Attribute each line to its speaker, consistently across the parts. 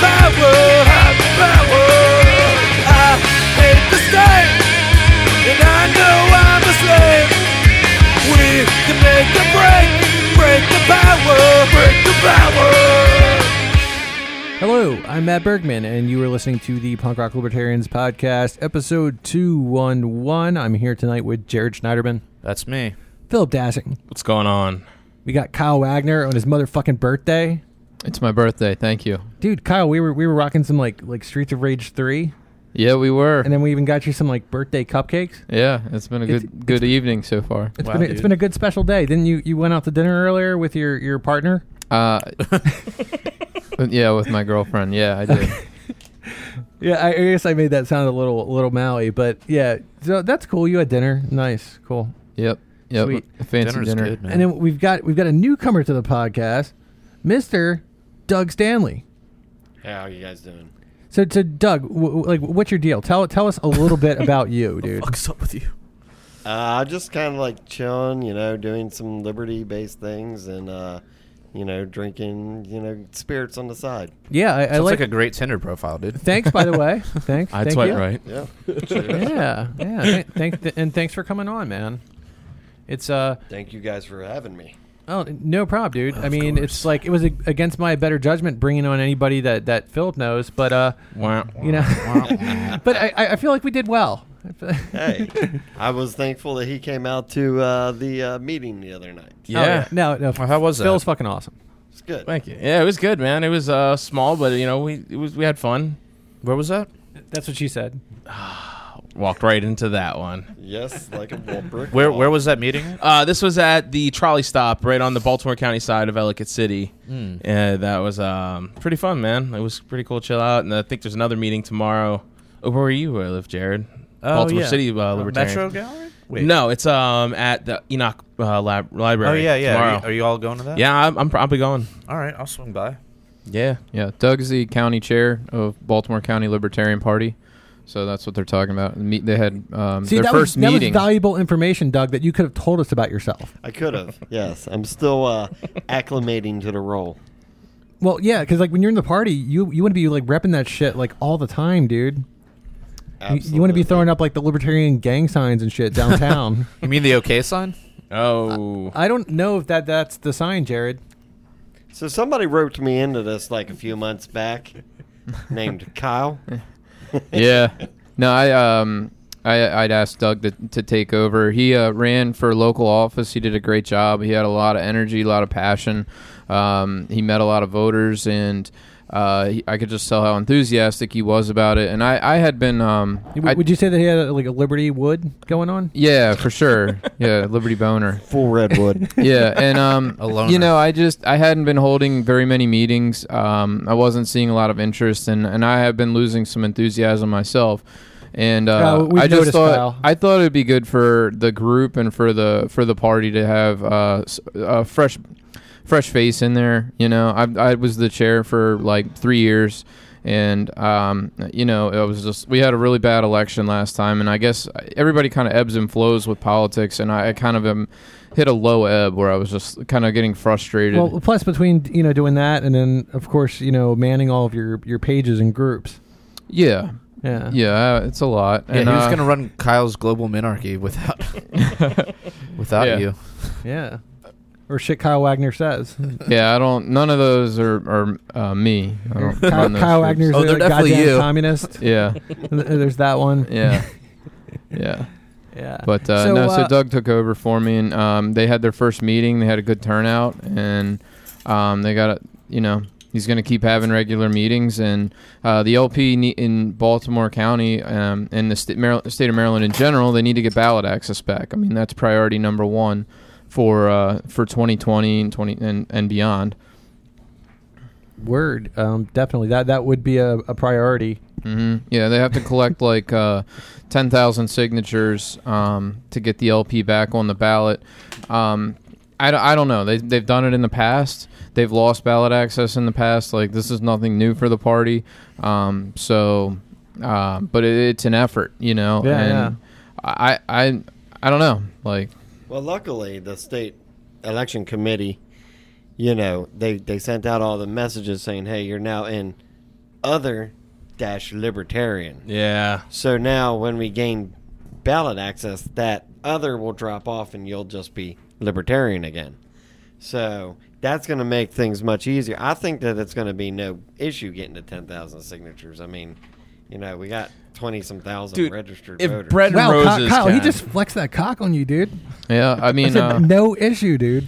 Speaker 1: power, high power. I hate the state, and I know I'm a slave. We can make the break, break the power, break the power.
Speaker 2: Hello, I'm Matt Bergman, and you are listening to the Punk Rock Libertarians Podcast, episode 211. I'm here tonight with Jared Schneiderman,
Speaker 3: That's me.
Speaker 2: Philip Dassing.
Speaker 3: What's going on?
Speaker 2: We got Kyle Wagner on his motherfucking birthday.
Speaker 4: It's my birthday. Thank you.
Speaker 2: Dude, Kyle, we were we were rocking some like like Streets of Rage 3,
Speaker 4: Yeah, we were.
Speaker 2: and then we even got you some like birthday cupcakes.
Speaker 4: yeah, it's been a
Speaker 2: It's-
Speaker 4: good good evening so far.
Speaker 2: It's
Speaker 3: Wow,
Speaker 2: been a, it's
Speaker 3: dude.
Speaker 2: been a good special day. Didn't you you went out to dinner earlier with your your partner?
Speaker 4: Uh, yeah, with my girlfriend. Yeah, I did.
Speaker 2: Yeah, I, I guess I made that sound a little little mowy, but yeah, so that's cool. You had dinner. Nice. Cool.
Speaker 4: Yep. Yep.
Speaker 2: Sweet.
Speaker 4: A fancy
Speaker 3: Dinner's
Speaker 4: dinner.
Speaker 3: good, man.
Speaker 2: And then we've got we've got a newcomer to the podcast, Mister Doug Stanley.
Speaker 5: How are you guys doing?
Speaker 2: So, so Doug, w- w- like, what's your deal? Tell tell us a little bit about you, dude.
Speaker 3: Fuck's up with you?
Speaker 5: Uh, just kind of like chilling, you know, doing some liberty-based things and, uh, you know, drinking, you know, spirits on the side.
Speaker 2: Yeah, I, I
Speaker 3: Sounds
Speaker 2: like.
Speaker 3: like, a great Tinder profile, dude.
Speaker 2: thanks, by the way. Thanks.
Speaker 6: That's
Speaker 2: Thank
Speaker 6: right,
Speaker 2: you.
Speaker 6: right.
Speaker 5: Yeah.
Speaker 2: Yeah, yeah. Th- thank th- and thanks for coming on, man. It's uh
Speaker 5: Thank you guys for having me.
Speaker 2: oh no problem, dude. I mean, it's like it was a- against my better judgment bringing on anybody that that Philip knows, but uh,
Speaker 6: Wow.
Speaker 2: you know, but I I I feel like we did well. Oh, I feel-
Speaker 5: Hey, I was thankful that he came out to uh, the uh, meeting the other night.
Speaker 2: Oh,
Speaker 6: Yeah.
Speaker 2: No, no.
Speaker 6: Well, how was that?
Speaker 2: Phil's fucking awesome.
Speaker 5: It's good.
Speaker 6: Thank you. Yeah, it was good, man. It was uh, small, but you know, we it was we had fun. Where was that?
Speaker 2: That's what she said.
Speaker 6: Walked right into that one.
Speaker 5: Yes, like a wall brick.
Speaker 3: Where
Speaker 6: Oh.
Speaker 5: wall.
Speaker 3: where was that meeting?
Speaker 6: Uh, this was at the trolley stop right on the Baltimore County side of Ellicott City.
Speaker 3: Hmm.
Speaker 6: Yeah, that was um, pretty fun, man. It was pretty cool, to chill out, and I think there's another meeting tomorrow. Oh, where were you? Where I live, Jared? Baltimore City uh, Libertarian.
Speaker 3: Oh, Metro Gallery.
Speaker 6: No, it's um at the Enoch uh, lab-
Speaker 3: Oh
Speaker 6: Library.
Speaker 3: yeah, yeah. Are
Speaker 6: tomorrow.
Speaker 3: you, are you all going to that?
Speaker 6: yeah, I'm, I'm probably going.
Speaker 3: All right, I'll swing by.
Speaker 6: Yeah,
Speaker 4: Yeah, Doug's the county chair of Baltimore County Libertarian Party, so that's what they're talking about. The meet- They had um,
Speaker 2: See,
Speaker 4: their
Speaker 2: that
Speaker 4: first
Speaker 2: was, that was
Speaker 4: meeting.
Speaker 2: valuable information, Doug, that you could have told us about yourself.
Speaker 5: I could have. Yes, I'm still uh, acclimating to the role.
Speaker 2: Well, yeah, because like when you're in the party, you you want to be like repping that shit like all the time, dude. You,
Speaker 5: Absolutely.
Speaker 2: want to be throwing up like the libertarian gang signs and shit downtown.
Speaker 3: You mean the OK sign?
Speaker 6: Oh,
Speaker 2: I don't know if that that's the sign, Jared.
Speaker 5: So somebody roped me into this like a few months back, named Kyle.
Speaker 4: yeah. No, I um I I'd asked Doug to, to take over. He uh, ran for local office. He did a great job. He had a lot of energy, a lot of passion. Um, he met a lot of voters, and uh, he- I could just tell how enthusiastic he was about it. And I I had been um
Speaker 2: W-
Speaker 4: I-
Speaker 2: Would you say that he had like a Liberty Wood going on?
Speaker 4: yeah for sure yeah Liberty Boner
Speaker 5: Full redwood.
Speaker 4: yeah and um
Speaker 3: A loner.
Speaker 4: you know i just i hadn't been holding very many meetings um i wasn't seeing a lot of interest and and i have been losing some enthusiasm myself and
Speaker 2: Uh,
Speaker 4: uh,
Speaker 2: we've
Speaker 4: i just
Speaker 2: noticed,
Speaker 4: thought
Speaker 2: Kyle.
Speaker 4: i thought it'd be good for the group and for the for the party to have uh s- a fresh fresh face in there you know i i was the chair for like 3 years and um, you know, it was just we had a really bad election last time, and I guess everybody kind of ebbs and flows with politics, and I, I kind of am hit a low ebb where I was just kind of getting frustrated.
Speaker 2: Well, plus between you know doing that and then of course you know manning all of your your pages and groups.
Speaker 4: yeah,
Speaker 2: Yeah.
Speaker 4: yeah, uh, it's a lot.
Speaker 3: Yeah,
Speaker 4: and,
Speaker 3: he was
Speaker 4: uh,
Speaker 3: gonna run Kyle's Global Minarchy without without
Speaker 4: Yeah.
Speaker 3: you.
Speaker 2: Yeah. Or shit, Kyle Wagner says.
Speaker 4: yeah, I don't. None of those are are uh, me. I don't
Speaker 2: Kyle,
Speaker 4: run those
Speaker 2: Kyle
Speaker 4: groups.
Speaker 2: Wagner's
Speaker 3: Oh,
Speaker 2: a
Speaker 3: they're definitely
Speaker 2: goddamn
Speaker 3: you.
Speaker 2: communist.
Speaker 4: Yeah,
Speaker 2: There's that one.
Speaker 4: yeah, yeah.
Speaker 2: Yeah.
Speaker 4: But uh,
Speaker 2: So,
Speaker 4: no,
Speaker 2: uh,
Speaker 4: so Doug took over for me, and um, they had their first meeting. They had a good turnout, and um, they got a, you know he's going to keep having regular meetings. And uh, the LP ne- in Baltimore County um, and the st- Maryland, state of Maryland in general, they need to get ballot access back. I mean that's priority number one for uh, for 2020 and 20 and, and beyond.
Speaker 2: Word, um, definitely that that would be a, a priority.
Speaker 4: hmm Yeah, they have to collect like uh, ten thousand signatures um, to get the LP back on the ballot. Um, I, d- I don't know. They they've done it in the past. They've lost ballot access in the past. Like this is nothing new for the party. Um, so, uh, but it, it's an effort, you know.
Speaker 2: Yeah,
Speaker 4: and I I I don't know. Like
Speaker 5: Well, luckily, the state election committee, you know, they, they sent out all the messages saying, hey, you're now in other dash libertarian.
Speaker 6: Yeah.
Speaker 5: So now when we gain ballot access, that other will drop off and you'll just be libertarian again. So that's going to make things much easier. I think that it's going to be no issue getting to 10,000 signatures. I mean, you know, we got 20 some thousand
Speaker 6: Dude,
Speaker 5: registered
Speaker 6: if
Speaker 5: voters.
Speaker 6: Bread and
Speaker 2: Wow, Ky-
Speaker 6: Roses.
Speaker 2: Kyle, he
Speaker 6: can-
Speaker 2: just flexed that cock on you, dude.
Speaker 4: Yeah, I mean, uh,
Speaker 2: no issue, dude.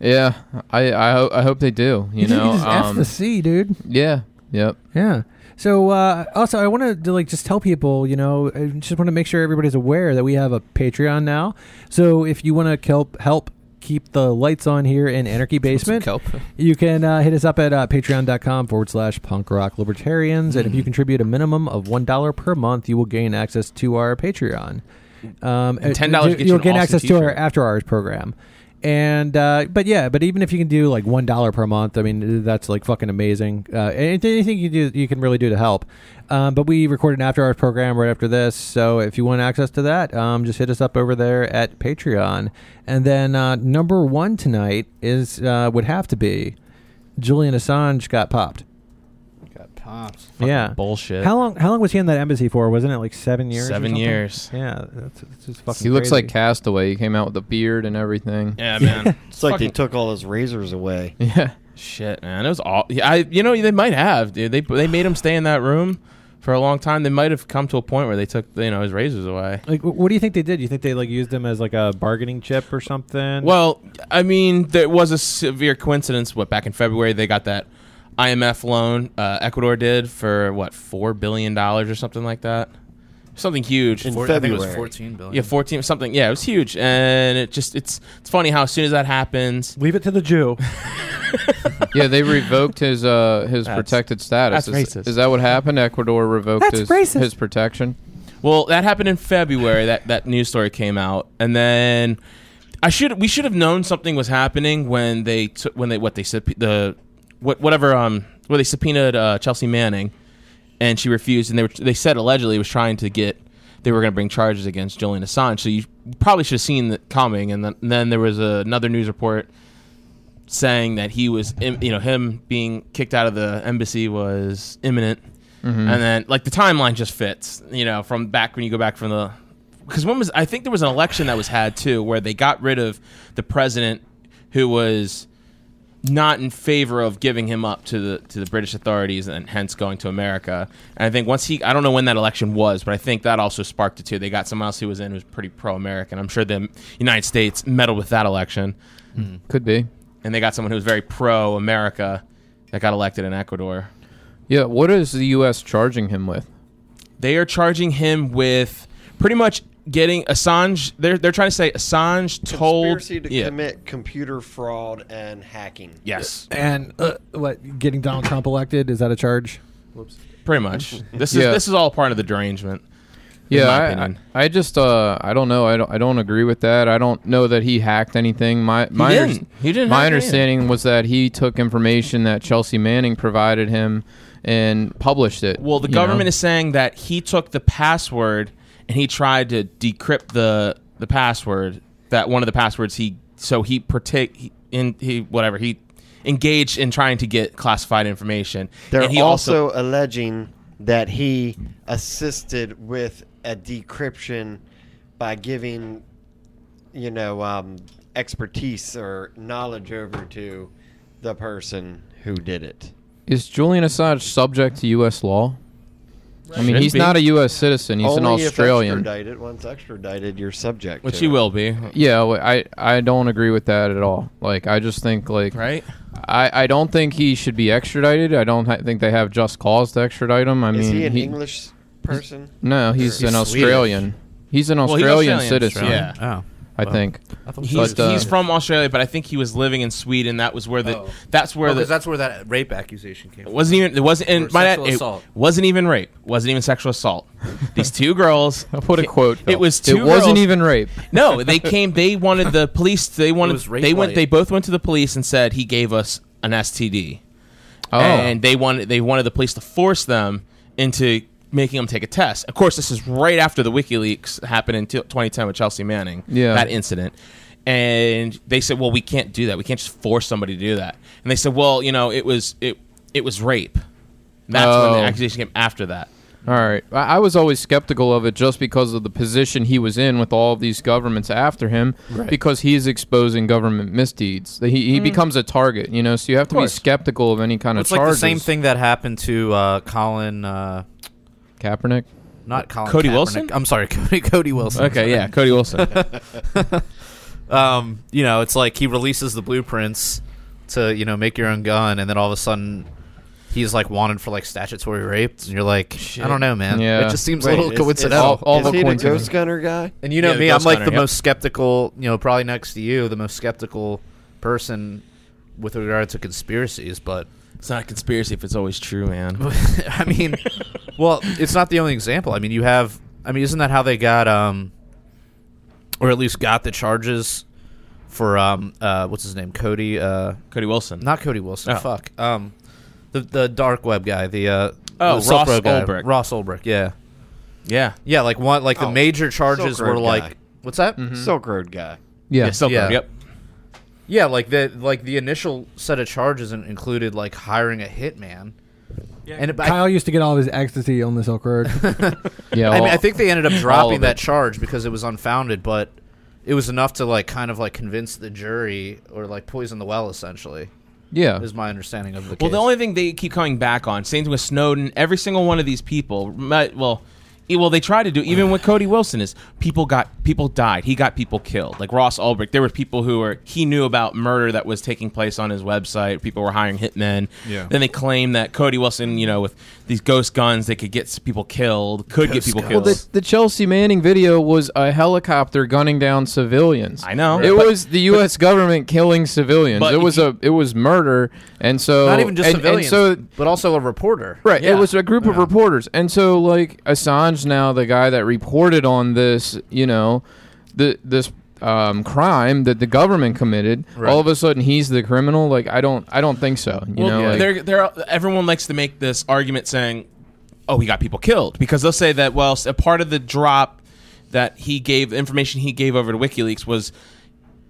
Speaker 4: yeah, I I, ho- I hope they do. You
Speaker 2: just-
Speaker 4: know,
Speaker 2: just F
Speaker 4: um,
Speaker 2: the C, dude.
Speaker 4: yeah, yep.
Speaker 2: Yeah. So uh, also, I wanted to like just tell people, you know, I just want to make sure everybody's aware that we have a Patreon now. So if you want to help help keep the lights on here in Anarchy Basement,
Speaker 3: Kelp.
Speaker 2: you can uh, hit us up at uh, patreon.com forward slash punk rock libertarians. And if you contribute a minimum of $1 per month, you will gain access to our Patreon. Um,
Speaker 6: And
Speaker 2: uh,
Speaker 6: $10 gets you
Speaker 2: You'll
Speaker 6: an
Speaker 2: gain
Speaker 6: awesome
Speaker 2: access to our
Speaker 6: t-shirt.
Speaker 2: after hours program. And, uh, but yeah, but even if you can do like $1 per month, I mean, that's like fucking amazing. Uh, and anything you do, you can really do to help. Um, but we record an after hours program right after this. So if you want access to that, um, just hit us up over there at Patreon. And then, uh, number one tonight is, uh, would have to be Julian Assange got popped.
Speaker 3: Got pops.
Speaker 2: yeah.
Speaker 6: Bullshit.
Speaker 2: How long? How long was he in that embassy for? Wasn't it like seven years? or
Speaker 6: Seven
Speaker 2: something?
Speaker 6: years.
Speaker 2: Yeah, that's, that's just fucking.
Speaker 4: He looks
Speaker 2: crazy.
Speaker 4: like Castaway. He came out with a beard and everything.
Speaker 6: Yeah, man.
Speaker 5: it's like they
Speaker 6: Fucking-
Speaker 5: took all those razors away.
Speaker 4: Yeah.
Speaker 6: Shit, man, it was all. yeah, I, you know, they might have. Dude. They they made him stay in that room for a long time. They might have come to a point where they took you know his razors away.
Speaker 2: Like, wh- what do you think they did? You think they like used him as like a bargaining chip or something?
Speaker 6: Well, I mean, there was a severe coincidence. What back in February they got that IMF loan uh, Ecuador did for what four billion dollars or something like that, something huge.
Speaker 5: In
Speaker 6: Four-
Speaker 3: I think it was
Speaker 5: February.
Speaker 3: 14 billion.
Speaker 6: yeah, fourteen something. Yeah, it was huge, and it just it's it's funny how as soon as that happens,
Speaker 2: leave it to the Jew.
Speaker 4: Yeah, they revoked his uh his
Speaker 6: That's-
Speaker 4: protected status.
Speaker 6: that's
Speaker 4: is,
Speaker 6: racist.
Speaker 4: is that what happened? Ecuador revoked
Speaker 2: That's
Speaker 4: his
Speaker 2: racist.
Speaker 4: his protection.
Speaker 6: Well, that happened in February. That that news story came out, and then I should we should have known something was happening when they took when they what they sub- the what whatever um where they subpoenaed uh, Chelsea Manning, and she refused, and they were they said allegedly was trying to get they were going to bring charges against Julian Assange. So you probably should have seen that coming, and then, and then there was another news report saying that he was im- you know him being kicked out of the embassy was imminent and then like the timeline just fits you know from back when you go back from the because when was i think there was an election that was had too where they got rid of the president who was not in favor of giving him up to the to the british authorities and hence going to america and i think once he i don't know when that election was but i think that also sparked it too they got someone else who was in who was pretty pro-american i'm sure the united states meddled with that election
Speaker 4: Could be.
Speaker 6: and they got someone who was very pro America that got elected in Ecuador.
Speaker 4: Yeah. What is the U.S. charging him with?
Speaker 6: They are charging him with pretty much getting Assange. They're they're trying to say Assange told
Speaker 5: Conspiracy to
Speaker 6: yeah,
Speaker 5: commit computer fraud and hacking.
Speaker 6: yes,
Speaker 2: and uh, what? Getting Donald Trump elected is that a charge?
Speaker 6: pretty much. This is
Speaker 4: Yeah.
Speaker 6: this is all part of the derangement. in
Speaker 4: Yeah,
Speaker 6: my
Speaker 4: I, I,
Speaker 6: opinion.
Speaker 4: I just uh, I don't know. I don't I don't agree with that. I don't know that he hacked anything. My my
Speaker 6: didn't. He didn't
Speaker 4: my
Speaker 6: hack anything.
Speaker 4: understanding was that he took information that Chelsea Manning provided him and published it.
Speaker 6: Well, the
Speaker 4: you
Speaker 6: government
Speaker 4: know?
Speaker 6: is saying that he took the password and he tried to decrypt the the password that one of the passwords he so he partake he- in he whatever he engaged in trying to get classified information.
Speaker 5: They're
Speaker 6: and he
Speaker 5: also, alleging that he assisted with a decryption by giving, you know, um, expertise or knowledge over to the person who did it.
Speaker 4: is Julian Assange subject to U.S. law? I mean,
Speaker 6: Should
Speaker 4: he's
Speaker 6: be.
Speaker 4: not a U.S. citizen. He's an
Speaker 5: Only if
Speaker 4: Australian.
Speaker 5: extradited, once extradited, you're subject.
Speaker 6: which
Speaker 5: to
Speaker 6: he
Speaker 5: it.
Speaker 6: will be,
Speaker 4: Yeah, wh- I I don't agree with that at all. Like, I just think like
Speaker 6: right?
Speaker 4: I, I don't think he should be extradited. I don't ha- think they have just cause to extradite him. I
Speaker 5: Is
Speaker 4: mean,
Speaker 5: he an English person?
Speaker 4: No, he's,
Speaker 5: He's
Speaker 4: an
Speaker 5: Swedish.
Speaker 4: Australian. He's an
Speaker 6: he's
Speaker 4: Australian,
Speaker 6: Australian,
Speaker 4: citizen.
Speaker 6: Australian.
Speaker 3: Oh. Wow.
Speaker 4: I think.
Speaker 3: I thought
Speaker 6: He's,
Speaker 4: But, uh,
Speaker 6: he's from Australia, but I think he was living in Sweden. That was where the
Speaker 3: Oh.
Speaker 6: that's where the
Speaker 3: because that's where that rape accusation came
Speaker 6: it
Speaker 3: from.
Speaker 6: wasn't even it wasn't and
Speaker 3: Or
Speaker 6: my
Speaker 3: sexual
Speaker 6: it
Speaker 3: assault.
Speaker 6: wasn't even rape, wasn't even sexual assault. These two girls.
Speaker 4: What a quote.
Speaker 6: It was
Speaker 4: It
Speaker 6: two.
Speaker 4: wasn't
Speaker 6: girls-
Speaker 4: even rape.
Speaker 6: No, they came. They wanted the police. They wanted.
Speaker 3: was rape
Speaker 6: They went.
Speaker 3: light.
Speaker 6: They both went to the police and said he gave us an STD,
Speaker 4: Oh,
Speaker 6: and they wanted. They wanted the police to force them into making them take a test. Of course, this is right after the WikiLeaks happened in t- 2010 with Chelsea Manning.
Speaker 4: Yeah.
Speaker 6: that incident. And they said, "Well, we can't do that. We can't just force somebody to do that." And they said, "Well, you know, it was it it was rape." That's
Speaker 4: Oh.
Speaker 6: when the accusation came after that.
Speaker 4: All right. I, I was always skeptical of it just because of the position he was in with all of these governments after him, because he's exposing government misdeeds. He, he becomes a target, you know, so you have to be skeptical of any kind
Speaker 3: it's
Speaker 4: of
Speaker 3: like
Speaker 4: charges.
Speaker 3: the same thing that happened to uh, Colin, uh,
Speaker 4: Kaepernick?
Speaker 3: not Colin.
Speaker 6: Cody
Speaker 3: Kaepernick.
Speaker 6: Wilson?
Speaker 3: I'm sorry, Cody, Cody Wilson.
Speaker 6: Okay, yeah, Cody Wilson.
Speaker 3: um, you know, it's like he releases the blueprints to you know make your own gun, and then all of a sudden he's like wanted for like statutory rape, and you're like, I don't know, man.
Speaker 4: Yeah.
Speaker 3: It just seems
Speaker 5: Wait,
Speaker 3: a little
Speaker 5: is-
Speaker 3: coincidental.
Speaker 4: all- all
Speaker 5: is
Speaker 4: the
Speaker 5: he the
Speaker 4: coincidences.
Speaker 5: ghost gunner guy?
Speaker 3: and you know
Speaker 6: Yeah, the
Speaker 3: me, I'm
Speaker 6: ghost
Speaker 3: like
Speaker 6: hunter,
Speaker 3: the
Speaker 6: yep.
Speaker 3: most skeptical. You know, probably next to you, the most skeptical person with regard to conspiracies, but.
Speaker 6: it's not a conspiracy if it's always true, man.
Speaker 3: I mean, well, it's not the only example. I mean, you have. I mean, isn't that how they got, um, or at least got the charges for um, uh, what's his name, Cody? Uh,
Speaker 6: Cody Wilson.
Speaker 3: not Cody Wilson.
Speaker 6: Oh.
Speaker 3: Fuck. Um, the the dark web guy. The uh,
Speaker 6: Oh,
Speaker 3: the
Speaker 6: Ross
Speaker 3: software guy.
Speaker 6: Ulbricht.
Speaker 3: Ross Ulbricht. Yeah,
Speaker 6: yeah.
Speaker 3: yeah. Like one. Like the
Speaker 5: Oh,
Speaker 3: major charges
Speaker 5: Silk
Speaker 3: were
Speaker 5: Road
Speaker 3: like.
Speaker 5: guy. Mm-hmm.
Speaker 3: What's that?
Speaker 5: Silk Road guy.
Speaker 4: Yeah.
Speaker 6: Yeah, still
Speaker 3: Yeah.
Speaker 6: Yep.
Speaker 3: Yeah, like the like the initial set of charges in- included like hiring a hitman. Yeah. And it, I
Speaker 2: Kyle used to get all of his ecstasy on the Silk Road.
Speaker 4: yeah.
Speaker 3: I
Speaker 4: all-
Speaker 3: mean, I think they ended up
Speaker 4: all
Speaker 3: dropping
Speaker 4: of
Speaker 3: that
Speaker 4: it.
Speaker 3: charge because it was unfounded, but it was enough to like kind of like convince the jury or like poison the well. Essentially,
Speaker 4: yeah.
Speaker 3: is my understanding of the case.
Speaker 6: Well, the only thing they keep coming back on, same thing with Snowden. Every single one of these people, might, well, e- well, they try to do even with Cody Wilson is people got people died. He got people killed. Like Ross Ulbricht, there were people who were he knew about murder that was taking place on his website. People were hiring hitmen.
Speaker 3: Yeah.
Speaker 6: Then they claim that Cody Wilson, you know, with these ghost guns, they could get s- people killed. Could get
Speaker 3: Ghost
Speaker 6: people
Speaker 3: guns.
Speaker 6: killed.
Speaker 4: Well, the, the Chelsea Manning video was a helicopter gunning down civilians.
Speaker 6: I know.
Speaker 4: It
Speaker 6: But-
Speaker 4: was the U.S. government killing civilians.
Speaker 6: But
Speaker 4: It was
Speaker 6: he-
Speaker 4: a it was murder, and so
Speaker 3: not even just
Speaker 4: and,
Speaker 3: civilians,
Speaker 4: And so
Speaker 3: but also a reporter.
Speaker 4: Right.
Speaker 6: Yeah.
Speaker 4: It was a group of reporters. And so like Assange now the guy that reported on this, you know, the this um, crime that the government committed, all of a sudden he's the criminal. Like I don't I don't think so. You
Speaker 6: Well,
Speaker 4: know, like-
Speaker 6: they're, they're, everyone likes to make this argument saying, "Oh, he got people killed," because they'll say that well, a part of the drop that he gave, the information he gave over to WikiLeaks was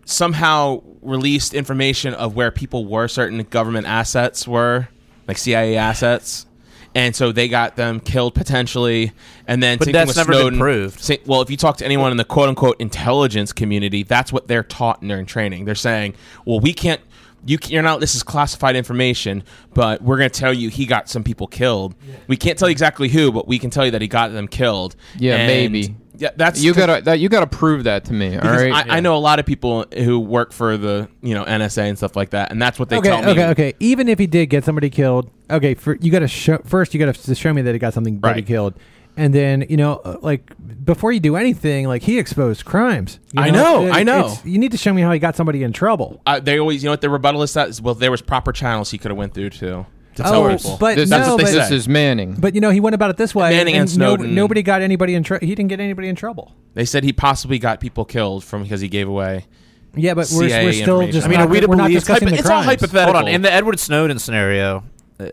Speaker 6: somehow released information of where people were, certain government assets were, like CIA assets. And so they got them killed potentially, and then
Speaker 3: But
Speaker 6: same thing
Speaker 3: that's
Speaker 6: with
Speaker 3: never been
Speaker 6: Snowden.
Speaker 3: proved.
Speaker 6: Sa- well, if you talk to anyone in the quote unquote intelligence community, that's what they're taught in their training. They're saying, well, we can't, you can, you're not, this is classified information, but we're going to tell you he got some people killed. We can't tell you exactly who, but we can tell you that he got them killed.
Speaker 4: Yeah,
Speaker 6: And-
Speaker 4: maybe.
Speaker 6: Yeah, that's
Speaker 4: you gotta that you gotta prove that to me. All
Speaker 6: because
Speaker 4: right.
Speaker 6: I, I know a lot of people who work for the you know NSA and stuff like that, and that's what they
Speaker 2: okay,
Speaker 6: tell me.
Speaker 2: okay, okay. Even if he did get somebody killed, okay, for, you got to show first. You got to show me that he got something bloody
Speaker 6: Right.
Speaker 2: killed, and then you know, uh, like before you do anything, like he exposed crimes. you
Speaker 6: I know, I know.
Speaker 2: it's- You need to show me how he got somebody in trouble.
Speaker 6: Uh, they always, you know, what the rebuttal is that is, well, there was proper channels he could have went through to to tell
Speaker 2: Oh,
Speaker 6: people.
Speaker 2: but
Speaker 4: this,
Speaker 2: no,
Speaker 4: that's what they
Speaker 2: but,
Speaker 4: this is Manning.
Speaker 2: but you know, he went about it this way,
Speaker 6: Manning and
Speaker 2: no-
Speaker 6: Snowden.
Speaker 2: nobody got anybody in. Tr- he didn't get anybody in trouble.
Speaker 6: they said he possibly got people killed from because he gave away.
Speaker 2: Yeah, but we're,
Speaker 6: CIA
Speaker 2: we're still
Speaker 6: information.
Speaker 2: just.
Speaker 6: I mean,
Speaker 2: not,
Speaker 3: are we to
Speaker 2: we're not
Speaker 3: believe-
Speaker 2: discussing the
Speaker 6: it's all
Speaker 2: crimes.
Speaker 6: hypothetical.
Speaker 3: Hold on. In the Edward Snowden scenario, uh,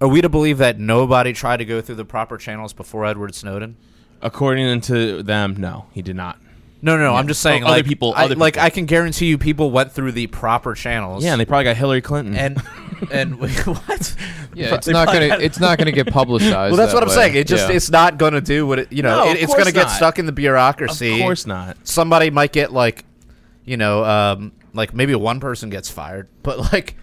Speaker 3: are we to believe that nobody tried to go through the proper channels before Edward Snowden?
Speaker 6: According to them, no, he did not.
Speaker 3: No, no, no. I'm just saying,
Speaker 6: Oh, other
Speaker 3: like,
Speaker 6: people-
Speaker 3: I,
Speaker 6: other
Speaker 3: like
Speaker 6: people.
Speaker 3: I can guarantee you, people went through the proper channels.
Speaker 6: Yeah, and they probably got Hillary Clinton.
Speaker 3: and and what?
Speaker 4: yeah, it's not gonna it's not gonna get publicized.
Speaker 3: Well, that's
Speaker 4: that
Speaker 3: what I'm
Speaker 4: way.
Speaker 3: saying. It just
Speaker 4: Yeah.
Speaker 3: it's not going to do what it you know.
Speaker 6: No,
Speaker 3: it,
Speaker 6: of
Speaker 3: it's going to
Speaker 6: course
Speaker 3: get
Speaker 6: not.
Speaker 3: stuck in the
Speaker 6: of
Speaker 3: bureaucracy.
Speaker 6: course not.
Speaker 3: Somebody might get like, you know, um, like maybe one person gets fired, but like,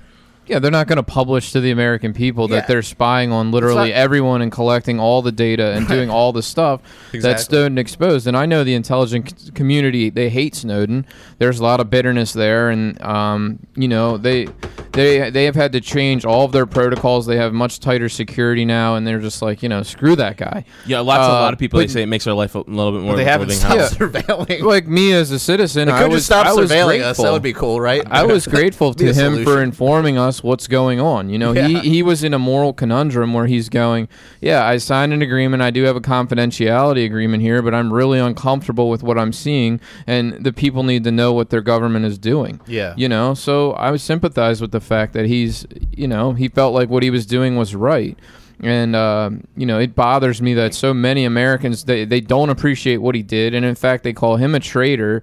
Speaker 4: Yeah, they're not going to publish to the American people
Speaker 3: Yeah.
Speaker 4: that they're spying on literally
Speaker 3: not-
Speaker 4: everyone and collecting all the data and doing all the stuff that
Speaker 3: Exactly.
Speaker 4: Snowden exposed. And I know the intelligence c- community they hate Snowden. There's a lot of bitterness there, and um, you know they they they have had to change all of their protocols. They have much tighter security now, and they're just like you know screw that guy.
Speaker 6: yeah, lots a
Speaker 4: Uh,
Speaker 6: lot of people they
Speaker 4: but-
Speaker 6: say it makes their life a little bit more.
Speaker 3: they haven't
Speaker 6: living
Speaker 3: stopped
Speaker 6: hell.
Speaker 3: surveilling.
Speaker 4: Like me as a citizen,
Speaker 3: They
Speaker 4: I
Speaker 3: could
Speaker 4: was
Speaker 3: just stop
Speaker 4: I was
Speaker 3: surveilling us. That
Speaker 4: grateful.
Speaker 3: would be cool, right?
Speaker 4: I was grateful
Speaker 3: Be
Speaker 4: to
Speaker 3: a
Speaker 4: him for
Speaker 3: solution.
Speaker 4: informing us what's going on. You know,
Speaker 3: Yeah.
Speaker 4: he, he was in a moral conundrum where he's going, Yeah, I signed an agreement. I do have a confidentiality agreement here, but I'm really uncomfortable with what I'm seeing, and the people need to know what their government is doing.
Speaker 3: Yeah.
Speaker 4: You know, so I was sympathized with the fact that he's, you know, he felt like what he was doing was right. And uh, you know it bothers me that so many Americans they, they don't appreciate what he did, and in fact they call him a traitor.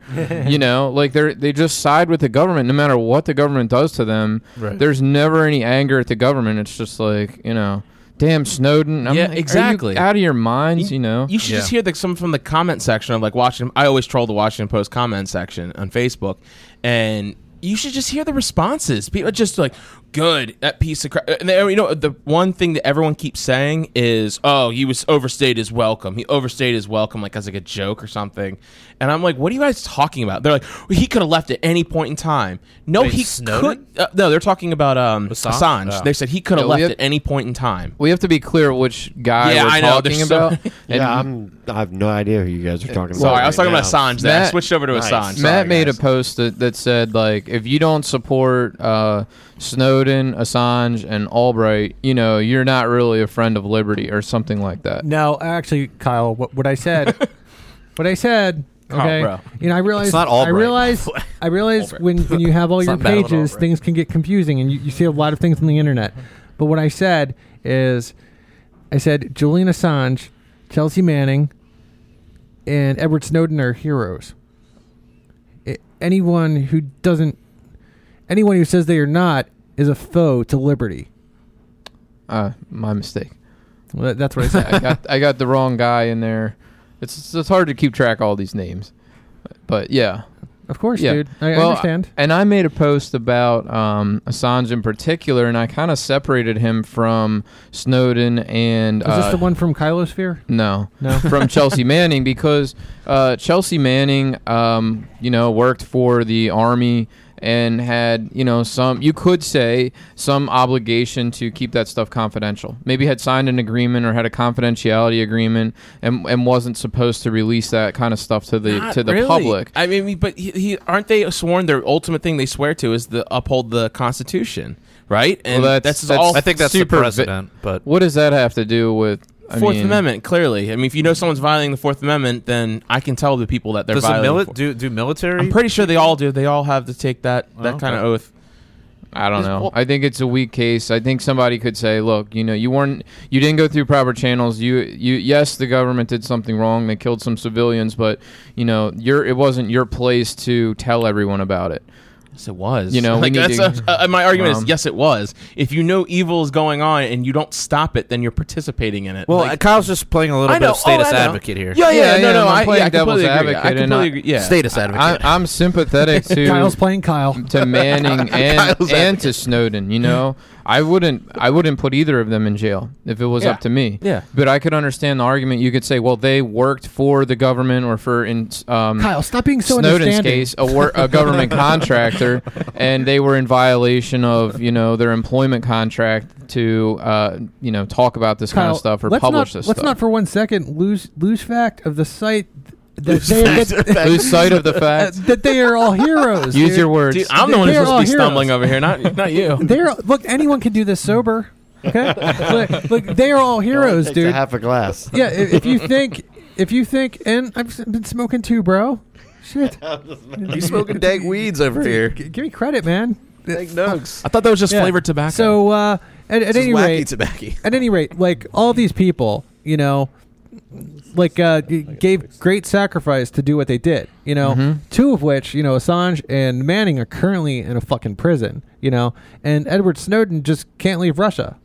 Speaker 4: you know, like they're they just side with the government no matter what the government does to them.
Speaker 3: Right.
Speaker 4: There's never any anger at the government. It's just like you know damn Snowden. I'm
Speaker 6: Yeah,
Speaker 4: like, are you
Speaker 6: exactly.
Speaker 4: out of your minds, you, know.
Speaker 6: You should just
Speaker 3: Yeah.
Speaker 6: hear like some from the comment section of like Washington. I always troll the Washington Post comment section on Facebook, and you should just hear the responses. People are just like, "Good, that piece of crap." And they, you know, the one thing that everyone keeps saying is, "Oh, he was overstayed his welcome. He overstayed his welcome," like as like a joke or something. And I'm like, "What are you guys talking about?" They're like, well, "He could have left at any point in time." No,
Speaker 3: Wait,
Speaker 6: he
Speaker 3: Snowden?
Speaker 6: could. Uh, no, they're talking about um,
Speaker 3: Assange?
Speaker 6: Assange.
Speaker 3: Oh.
Speaker 6: They said he could have
Speaker 4: Yeah, we
Speaker 6: left
Speaker 4: had-
Speaker 6: at any point in time.
Speaker 4: we have to be clear which guy
Speaker 6: Yeah,
Speaker 4: we're
Speaker 6: I know,
Speaker 4: talking
Speaker 6: there's so-
Speaker 4: about. And
Speaker 5: yeah, I'm, I have no idea who you guys are talking about.
Speaker 6: Sorry, Uh, I was
Speaker 5: right
Speaker 6: talking about
Speaker 5: now.
Speaker 6: Assange. Then I
Speaker 4: Matt-
Speaker 6: switched over to
Speaker 5: Nice.
Speaker 4: Matt
Speaker 6: Assange. Sorry,
Speaker 4: made
Speaker 6: guys.
Speaker 4: a post that, that said like if you don't support uh, Snowden, Assange, and Albright, you know you're not really a friend of liberty or something like that.
Speaker 2: No, actually, Kyle, what, what I said, what I said.
Speaker 6: Kyle,
Speaker 2: Okay,
Speaker 6: bro.
Speaker 2: you know, I realize.
Speaker 3: not
Speaker 2: I
Speaker 3: Albright.
Speaker 2: realize. I realize when, when you have all
Speaker 3: It's
Speaker 2: your
Speaker 3: not Madeline
Speaker 2: pages,
Speaker 3: Albright.
Speaker 2: things can get confusing, and you, you see a lot of things on the internet. But what I said is, I said Julian Assange, Chelsea Manning, and Edward Snowden are heroes. I- anyone who doesn't, anyone who says they are not, is a foe to liberty.
Speaker 4: Uh, my mistake.
Speaker 2: Well, that- that's what I said.
Speaker 4: I got I got the wrong guy in there. It's it's hard to keep track of all these names, but yeah,
Speaker 2: of course,
Speaker 4: yeah.
Speaker 2: dude. I I
Speaker 4: Well,
Speaker 2: understand.
Speaker 4: And I made a post about um, Assange in particular, and I kind of separated him from Snowden and
Speaker 2: Is this
Speaker 4: uh,
Speaker 2: the one from Kylosphere?
Speaker 4: No,
Speaker 2: No.
Speaker 4: from Chelsea Manning because uh, Chelsea Manning, um, you know, worked for the army and had you know some you could say some obligation to keep that stuff confidential. Maybe had signed an agreement or had a confidentiality agreement and and wasn't supposed to release that kind of stuff to the
Speaker 6: Not
Speaker 4: to the
Speaker 6: really.
Speaker 4: public.
Speaker 6: I mean, we- but he, he aren't they sworn? Their ultimate thing they swear to is the uphold the Constitution, right? And
Speaker 4: that's-
Speaker 6: that's, just
Speaker 4: that's-
Speaker 6: all
Speaker 3: I think that's the
Speaker 4: Super vi-
Speaker 3: president, but
Speaker 4: What does that have to do with I
Speaker 6: Fourth
Speaker 4: mean,
Speaker 6: Amendment. Clearly, I mean, if you know someone's violating the Fourth Amendment, then I can tell the people that they're
Speaker 3: does the
Speaker 6: violating.
Speaker 3: mili-
Speaker 6: the Fourth-
Speaker 3: do do military?
Speaker 6: I'm pretty sure they all do. They all have to take that that
Speaker 3: Oh,
Speaker 6: kind of
Speaker 3: okay.
Speaker 6: oath.
Speaker 4: I don't
Speaker 6: Is-
Speaker 4: know.
Speaker 6: well-
Speaker 4: I think it's a weak case. I think somebody could say, "Look, you know, you weren't, you didn't go through proper channels. You, you, yes, the government did something wrong. They killed some civilians, but you know, your, it wasn't your place to tell everyone about it.
Speaker 6: Yes, it was.
Speaker 4: You know, we
Speaker 6: like
Speaker 4: need
Speaker 6: that's
Speaker 4: to-
Speaker 6: a- uh, my argument
Speaker 4: Um,
Speaker 6: is yes, it was. If you know evil is going on and you don't stop it, then you're participating in it.
Speaker 3: well,
Speaker 6: Like-
Speaker 3: Kyle's just playing a little
Speaker 6: I
Speaker 3: bit
Speaker 6: know.
Speaker 3: of status
Speaker 6: Oh, I know.
Speaker 3: advocate here.
Speaker 6: Yeah, yeah,
Speaker 4: Yeah,
Speaker 6: no,
Speaker 4: yeah, I'm
Speaker 6: no. I,
Speaker 4: playing
Speaker 6: yeah, I
Speaker 4: devil's
Speaker 6: completely agree. I
Speaker 4: advocate and
Speaker 6: completely
Speaker 4: I-
Speaker 6: agree. Yeah.
Speaker 3: Status
Speaker 4: I,
Speaker 3: advocate.
Speaker 4: I'm sympathetic to
Speaker 2: Kyle's playing Kyle.
Speaker 4: to Manning and
Speaker 3: Kyle's
Speaker 4: and to Snowden. You know, I wouldn't, I wouldn't put either of them in jail if it was
Speaker 6: Yeah.
Speaker 4: up to me.
Speaker 6: Yeah.
Speaker 4: but I could understand the argument. You could say, "Well, they worked for the government or for in." Um,
Speaker 2: Kyle, stop being so
Speaker 4: Snowden's
Speaker 2: understanding.
Speaker 4: case, a, wor- a government contractor, and they were in violation of you know their employment contract to uh, you know talk about this kind
Speaker 2: Kyle,
Speaker 4: of stuff or
Speaker 2: let's
Speaker 4: publish
Speaker 2: not,
Speaker 4: this
Speaker 2: Let's not
Speaker 4: stuff.
Speaker 2: for one second lose lose fact of the site that they Are, that,
Speaker 4: Lose sight of the fact.
Speaker 2: that they are all heroes.
Speaker 4: Use
Speaker 2: dude.
Speaker 4: your words.
Speaker 6: Dude, I'm the one who's
Speaker 2: They're
Speaker 6: supposed to be
Speaker 2: all
Speaker 6: stumbling over here, not not you.
Speaker 2: They're look. Anyone can do this sober. Okay, look, look, they are all
Speaker 5: Well, it
Speaker 2: heroes,
Speaker 5: takes a
Speaker 2: dude.
Speaker 5: half a glass.
Speaker 2: Yeah, i- if, you think, if you think, and I've s- been smoking too, bro. Shit,
Speaker 3: you smoking dank weeds over here.
Speaker 2: G- give me credit, man.
Speaker 3: Dank nugs.
Speaker 6: I thought that was just
Speaker 2: Yeah.
Speaker 6: flavored tobacco.
Speaker 2: So, uh, at, at any rate,
Speaker 3: tobacco.
Speaker 2: at any rate, like all these people, you know, like uh, g- gave great sacrifice to do what they did. You know, two of which, you know, Assange and Manning are currently in a fucking prison. You know, and Edward Snowden just can't leave Russia.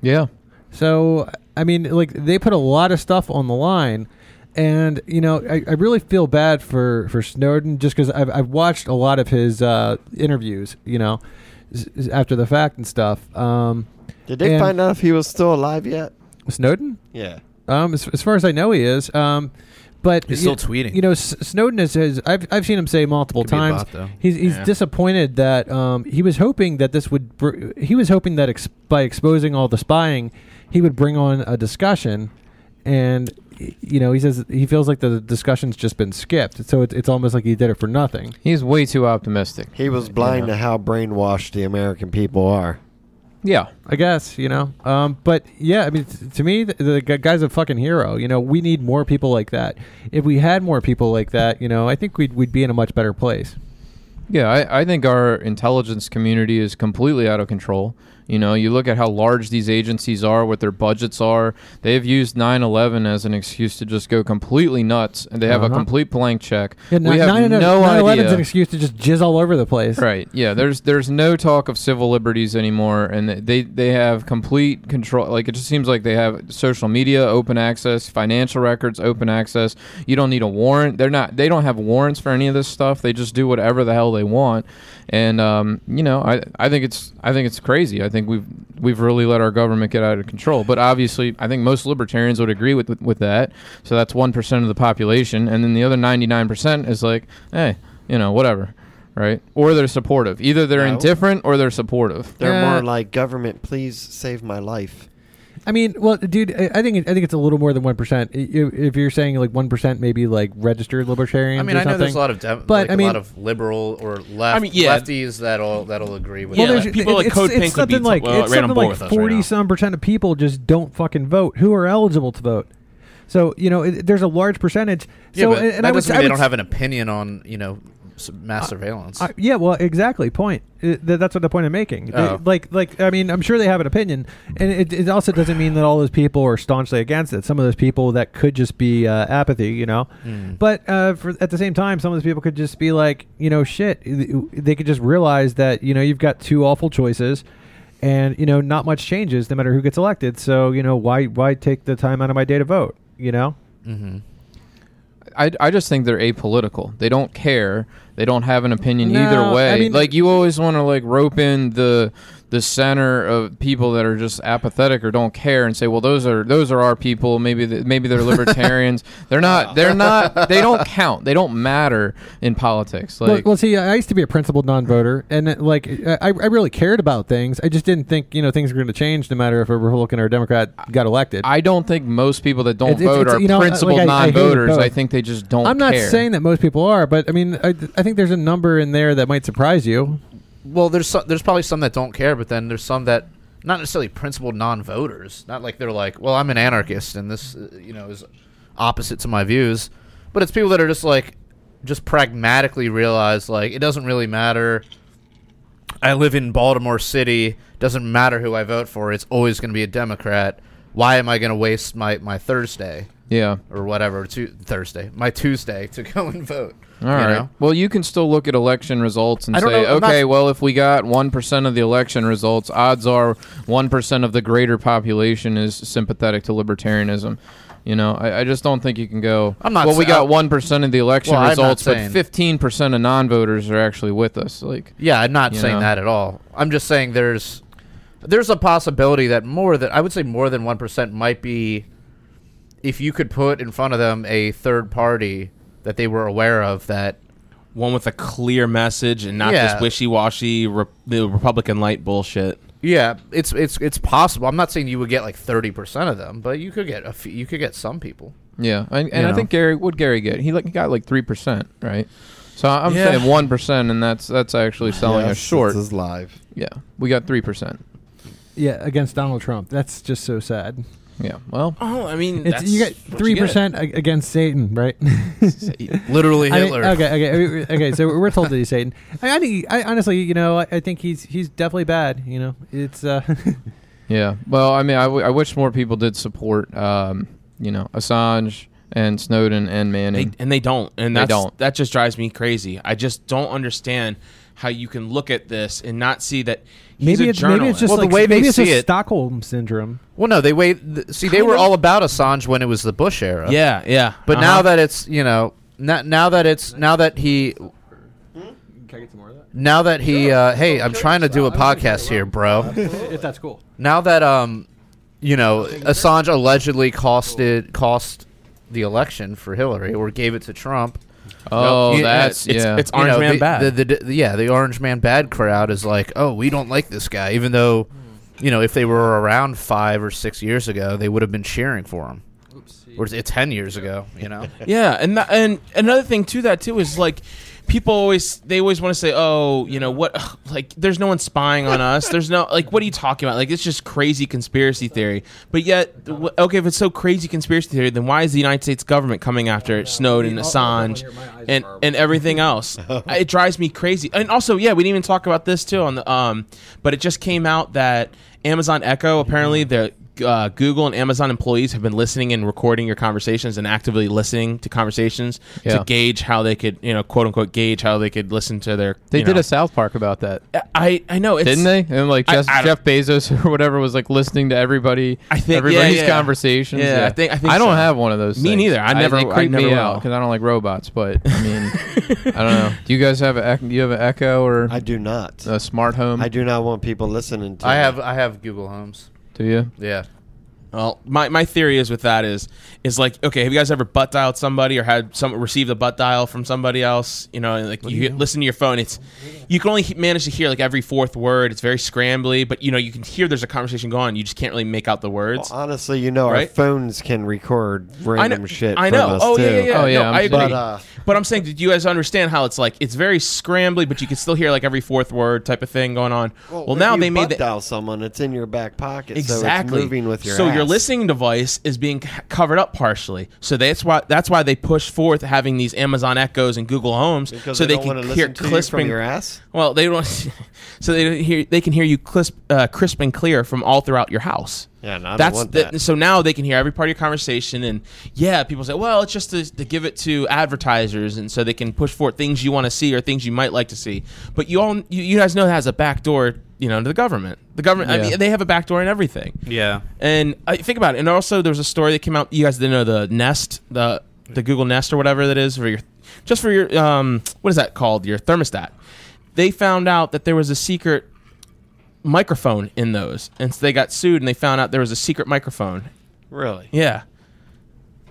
Speaker 4: yeah,
Speaker 2: So I mean, like they put a lot of stuff on the line, and you know, I, I really feel bad for for Snowden just because I've I've watched a lot of his uh, interviews. You know, s- s- after the fact and stuff. Um,
Speaker 5: Did they
Speaker 2: And-
Speaker 5: find out if he was still alive yet?
Speaker 2: Snowden.
Speaker 5: Yeah.
Speaker 2: Um, as, as far as I know, he is. Um, but
Speaker 3: He's
Speaker 2: you-
Speaker 3: still tweeting.
Speaker 2: You know, S- Snowden is. Has, I've I've seen him say multiple
Speaker 3: Could be a
Speaker 2: times.
Speaker 3: bot, though.
Speaker 2: he's he's
Speaker 6: Yeah.
Speaker 2: disappointed that um, he was hoping that this would. Br- he was hoping that ex- by exposing all the spying, he would bring on a discussion, and y- you know, he says he feels like the discussion's just been skipped. So it's it's almost like he did it for nothing.
Speaker 4: he's way too optimistic.
Speaker 5: He was blind to how brainwashed the American people are.
Speaker 4: Yeah,
Speaker 2: I guess you know. Um, but yeah, I mean, t- to me, the, the gu- guy's a fucking hero. You know, we need more people like that. If we had more people like that, you know, I think we'd we'd be in a much better place.
Speaker 4: yeah. I, I think our intelligence community is completely out of control. You know, you look at how large these agencies are, what their budgets are. They've used 9/11 as an excuse to just go completely nuts, and they have a
Speaker 2: Uh-huh.
Speaker 4: complete blank check.
Speaker 2: Yeah,
Speaker 4: we have no idea.
Speaker 2: an excuse to just jizz all over the place.
Speaker 4: Right. Yeah. There's there's no talk of civil liberties anymore, and they they have complete control. Like it just seems like they have social media open access, financial records open access. You don't need a warrant. They're not. They don't have warrants for any of this stuff. They just do whatever the hell they want. And um, you know, I I think it's I think it's crazy. I think we've we've really let our government get out of control. But obviously, I think most libertarians would agree with with, with that. So that's one percent of the population, and then the other ninety nine percent is like, hey, you know, whatever right? Or they're supportive. Either they're
Speaker 5: No.
Speaker 4: indifferent or they're supportive.
Speaker 5: They're
Speaker 2: Yeah.
Speaker 5: more like government. Please save my life.
Speaker 2: I mean, well, dude, I I think I think it's a little more than one percent. If you're saying like one percent, maybe like registered libertarians.
Speaker 3: I mean,
Speaker 2: or
Speaker 3: I know there's
Speaker 2: something.
Speaker 3: a lot of dem-
Speaker 2: But,
Speaker 3: like
Speaker 2: I mean-
Speaker 3: a lot of liberal or left
Speaker 6: I mean, yeah.
Speaker 3: lefties that'll that'll agree with
Speaker 6: Well,
Speaker 3: that.
Speaker 6: there's-
Speaker 3: Like,
Speaker 6: people like
Speaker 2: it's,
Speaker 6: Code
Speaker 2: it's
Speaker 6: Pink would be
Speaker 2: something
Speaker 6: t-
Speaker 2: like
Speaker 6: well,
Speaker 2: it's
Speaker 6: right on
Speaker 2: something
Speaker 6: board
Speaker 2: like
Speaker 6: with us right
Speaker 2: forty
Speaker 6: now.
Speaker 2: some percent of people just don't fucking vote who are eligible to vote. So you know, it, there's a large percentage.
Speaker 3: yeah,
Speaker 2: so
Speaker 3: but
Speaker 2: and,
Speaker 3: that
Speaker 2: and I would,
Speaker 3: doesn't
Speaker 2: I
Speaker 3: mean they
Speaker 2: would
Speaker 3: don't have an opinion on you know s- mass surveillance.
Speaker 2: I, Uh, yeah, well, exactly. Point. Uh, th- that's what the point I'm making. They-
Speaker 4: Oh.
Speaker 2: like, like I mean, I'm sure they have an opinion, and it, it also doesn't mean that all those people are staunchly against it. Some of those people that could just be uh, apathy, you know. But uh, for, at the same time, some of those people could just be like, you know, shit. They could just realize that you know you've got two awful choices. And you know, not much changes no matter who gets elected. So you know, why why take the time out of my day to vote? You know,
Speaker 3: mm-hmm.
Speaker 4: I, I just think they're apolitical. They don't care. They don't have an opinion
Speaker 2: No,
Speaker 4: either way.
Speaker 2: I mean-
Speaker 4: like you always want to like rope in the the center of people that are just apathetic or don't care and say, well, those are those are our people. Maybe th- maybe they're libertarians. they're not. They're not. They don't count. They don't matter in politics. Like
Speaker 2: well, well, see, I used to be a principled non-voter, and uh, like I, I really cared about things. I just didn't think you know things were going to change no matter if a Republican or a Democrat got elected.
Speaker 4: I don't think most people that don't
Speaker 2: It's- it's-
Speaker 4: vote
Speaker 2: it's-
Speaker 4: are
Speaker 2: you know, like,
Speaker 4: principled
Speaker 2: I- I hate
Speaker 4: non-voters.
Speaker 2: both.
Speaker 4: I, think they just don't.
Speaker 2: am not
Speaker 4: care.
Speaker 2: saying that most people are, but I mean, I, I think there's a number in there that might surprise you.
Speaker 3: Well, there's some, there's probably some that don't care, but then there's some that not necessarily principled non-voters. Not like they're like, well, I'm an anarchist, and this uh, you know is opposite to my views. But it's people that are just like, just pragmatically realize like it doesn't really matter. I live in Baltimore City. Doesn't matter who I vote for. It's always going to be a Democrat. Why am I going to waste my, my Thursday
Speaker 4: Yeah.
Speaker 3: or whatever to Thursday, my Tuesday to go and vote?
Speaker 4: All right.
Speaker 3: you know?
Speaker 4: Well, you can still look at election results and
Speaker 3: I
Speaker 4: say,
Speaker 3: don't know- I'm
Speaker 4: okay,
Speaker 3: not-
Speaker 4: well, if we got 1% of the election results, odds are 1% of the greater population is sympathetic to libertarianism. You know, I, I just don't think you can go,
Speaker 3: I'm not
Speaker 4: well, we
Speaker 3: sa-
Speaker 4: got 1% of the election
Speaker 3: Well, I'm not
Speaker 4: results, but
Speaker 3: saying-
Speaker 4: 15% of non voters are actually with us. Like,
Speaker 3: Yeah, I'm not
Speaker 4: You
Speaker 3: saying
Speaker 4: know?
Speaker 3: that at all. I'm just saying there's there's a possibility that more than I would say more than one percent might be if you could put in front of them a third party that they were aware of that
Speaker 6: One with a clear message and not
Speaker 3: Yeah.
Speaker 6: this wishy-washy re- the Republican light bullshit.
Speaker 3: yeah, it's it's it's possible. I'm not saying you would get like thirty percent of them, but you could get a few, you could get some people.
Speaker 4: yeah. And, and
Speaker 6: You
Speaker 4: I
Speaker 6: know?
Speaker 4: think Gary, what Gary get? He, like, he got like 3%, right? So I'm
Speaker 3: Yeah.
Speaker 4: saying 1%, and that's that's actually selling us short.
Speaker 5: This is live.
Speaker 4: Yeah. We got 3%.
Speaker 2: Yeah, against Donald Trump, that's just so sad.
Speaker 4: Yeah. Well,
Speaker 6: Oh, I mean,
Speaker 2: It's, you got three percent against Satan, right?
Speaker 3: Literally
Speaker 2: I mean,
Speaker 3: Hitler.
Speaker 2: okay, okay, okay, okay. So we're told that he's Satan. I, I think, I honestly, you know, I, I think he's he's definitely bad. You know, it's uh,
Speaker 4: Yeah. Well, I mean, I, w- I wish more people did support, um, you know, Assange and Snowden and Manning.
Speaker 6: They, and they don't. And that's,
Speaker 4: don't.
Speaker 6: That just drives me crazy. I just don't understand how you can look at this and not see that he's
Speaker 2: maybe
Speaker 6: a
Speaker 2: it's maybe it's
Speaker 6: journalist.
Speaker 2: just
Speaker 3: Well, the
Speaker 2: like
Speaker 3: way they
Speaker 2: maybe it's just
Speaker 3: see it-
Speaker 2: Stockholm syndrome.
Speaker 3: Well, no, they wait. Th- see, they
Speaker 6: Kind
Speaker 3: were
Speaker 6: of.
Speaker 3: all about Assange when it was the Bush era.
Speaker 6: yeah, yeah.
Speaker 3: but now
Speaker 6: Uh-huh.
Speaker 3: that it's you know now, now that it's now that he
Speaker 2: Can I get some more of that?
Speaker 3: now that he uh, hey i'm trying to do a podcast here bro
Speaker 2: if that's cool.
Speaker 3: now that um you know assange allegedly costed cost the election for hillary or gave it to trump
Speaker 4: oh,
Speaker 6: Yeah,
Speaker 4: that's
Speaker 6: it's,
Speaker 4: yeah.
Speaker 6: It's
Speaker 3: you
Speaker 6: Orange
Speaker 3: know,
Speaker 6: Man
Speaker 3: the,
Speaker 6: bad.
Speaker 3: the- the- the- yeah the orange man bad crowd is like oh we don't like this guy even though you know if they were around five or six years ago they would have been cheering for him or is it 10 years ago you know
Speaker 6: yeah, and tha- and another thing to that too is like people always they always want to say, "Oh, you know what? ugh, Like, there's no one spying on us. There's no like, what are you talking about? Like, it's just crazy conspiracy theory." But yet, the- wh- okay, if it's so crazy conspiracy theory, then why is the United States government coming after Snowden, Assange, and and everything else? it drives me crazy. And also, yeah, we didn't even talk about this too on the um, but it just came out that Amazon Echo apparently the uh, Google and Amazon employees have been listening and recording your conversations and actively listening to conversations
Speaker 4: Yeah.
Speaker 6: to gauge how they could, you know, quote unquote, gauge how they could listen to their.
Speaker 4: They
Speaker 6: you
Speaker 4: did
Speaker 6: know.
Speaker 4: a South Park about that,
Speaker 6: I I know. It's,
Speaker 4: didn't they? And like
Speaker 6: I-
Speaker 4: Jeff,
Speaker 6: I don't-
Speaker 4: Jeff Bezos or whatever was like listening to everybody,
Speaker 6: I think- yeah,
Speaker 4: everybody's
Speaker 6: yeah.
Speaker 4: conversations.
Speaker 6: Yeah, I think- I think
Speaker 4: don't
Speaker 6: so.
Speaker 4: have one of those.
Speaker 6: Me
Speaker 4: things.
Speaker 6: neither. I never-
Speaker 4: They
Speaker 6: I
Speaker 4: creep me
Speaker 6: never
Speaker 4: out
Speaker 6: will.
Speaker 4: because I don't like robots. But I mean, I don't know. Do you guys have a Ec- do you have an Echo or
Speaker 5: I do not.
Speaker 6: Um,
Speaker 4: a smart home?
Speaker 5: I do not want people listening to.
Speaker 3: I
Speaker 5: me.
Speaker 3: have I have Google Homes.
Speaker 4: do you?
Speaker 3: Yeah.
Speaker 6: Well, my, my theory is with that is is like okay, have you guys ever butt dialed somebody or had some received a butt dial from somebody else? You know, and, like you, listen to your phone. It's you can only he- manage to hear like every fourth word. It's very scrambly, but you know you can hear there's a conversation going. on. You just can't really make out the words.
Speaker 5: Well, honestly, you know,
Speaker 6: Right?
Speaker 5: our phones can record
Speaker 6: I
Speaker 5: random
Speaker 6: know.
Speaker 5: shit.
Speaker 6: I
Speaker 5: from
Speaker 6: know.
Speaker 5: us,
Speaker 6: oh yeah,
Speaker 5: too.
Speaker 6: yeah, yeah.
Speaker 4: Oh, yeah,
Speaker 6: No,
Speaker 4: I'm
Speaker 6: I agree.
Speaker 4: But,
Speaker 6: But,
Speaker 5: uh,
Speaker 6: I'm saying, did you guys understand how it's like? It's very scrambly, but you can still hear like every fourth word type of thing going on. Well,
Speaker 5: if
Speaker 6: now
Speaker 5: you
Speaker 6: they made
Speaker 5: butt
Speaker 6: the
Speaker 5: dial someone. It's in your back pocket. So
Speaker 6: exactly
Speaker 5: it's moving with your.
Speaker 6: so your
Speaker 5: ass.
Speaker 6: listening device is being c- covered up partially so that's why that's why they push forth having these amazon echoes and google homes
Speaker 5: because
Speaker 6: so
Speaker 5: they,
Speaker 6: they,
Speaker 5: don't
Speaker 6: can
Speaker 5: want to
Speaker 6: hear
Speaker 5: listen to you
Speaker 6: clisping
Speaker 5: from your ass.
Speaker 6: well they don't so they don't hear they can hear you crisp uh, crisp and clear from all throughout your house
Speaker 5: Yeah, no, I don't
Speaker 6: that's
Speaker 5: want
Speaker 6: the-
Speaker 5: that.
Speaker 6: so now they can hear every part of your conversation and yeah people say well it's just to, to give it to advertisers and so they can push forward things you want to see or things you might like to see but you all you, you guys know that has a backdoor you know to the government the government i
Speaker 4: Yeah.
Speaker 6: mean they have a backdoor in everything
Speaker 3: Yeah.
Speaker 6: and I think about it. And also, there was a story that came out. You guys didn't know the Nest, the the Google Nest or whatever that is for your, just for your um, what is that called? Your thermostat. They found out that there was a secret microphone in those, and so they got sued. And they found out there was a secret microphone.
Speaker 5: Really?
Speaker 6: Yeah,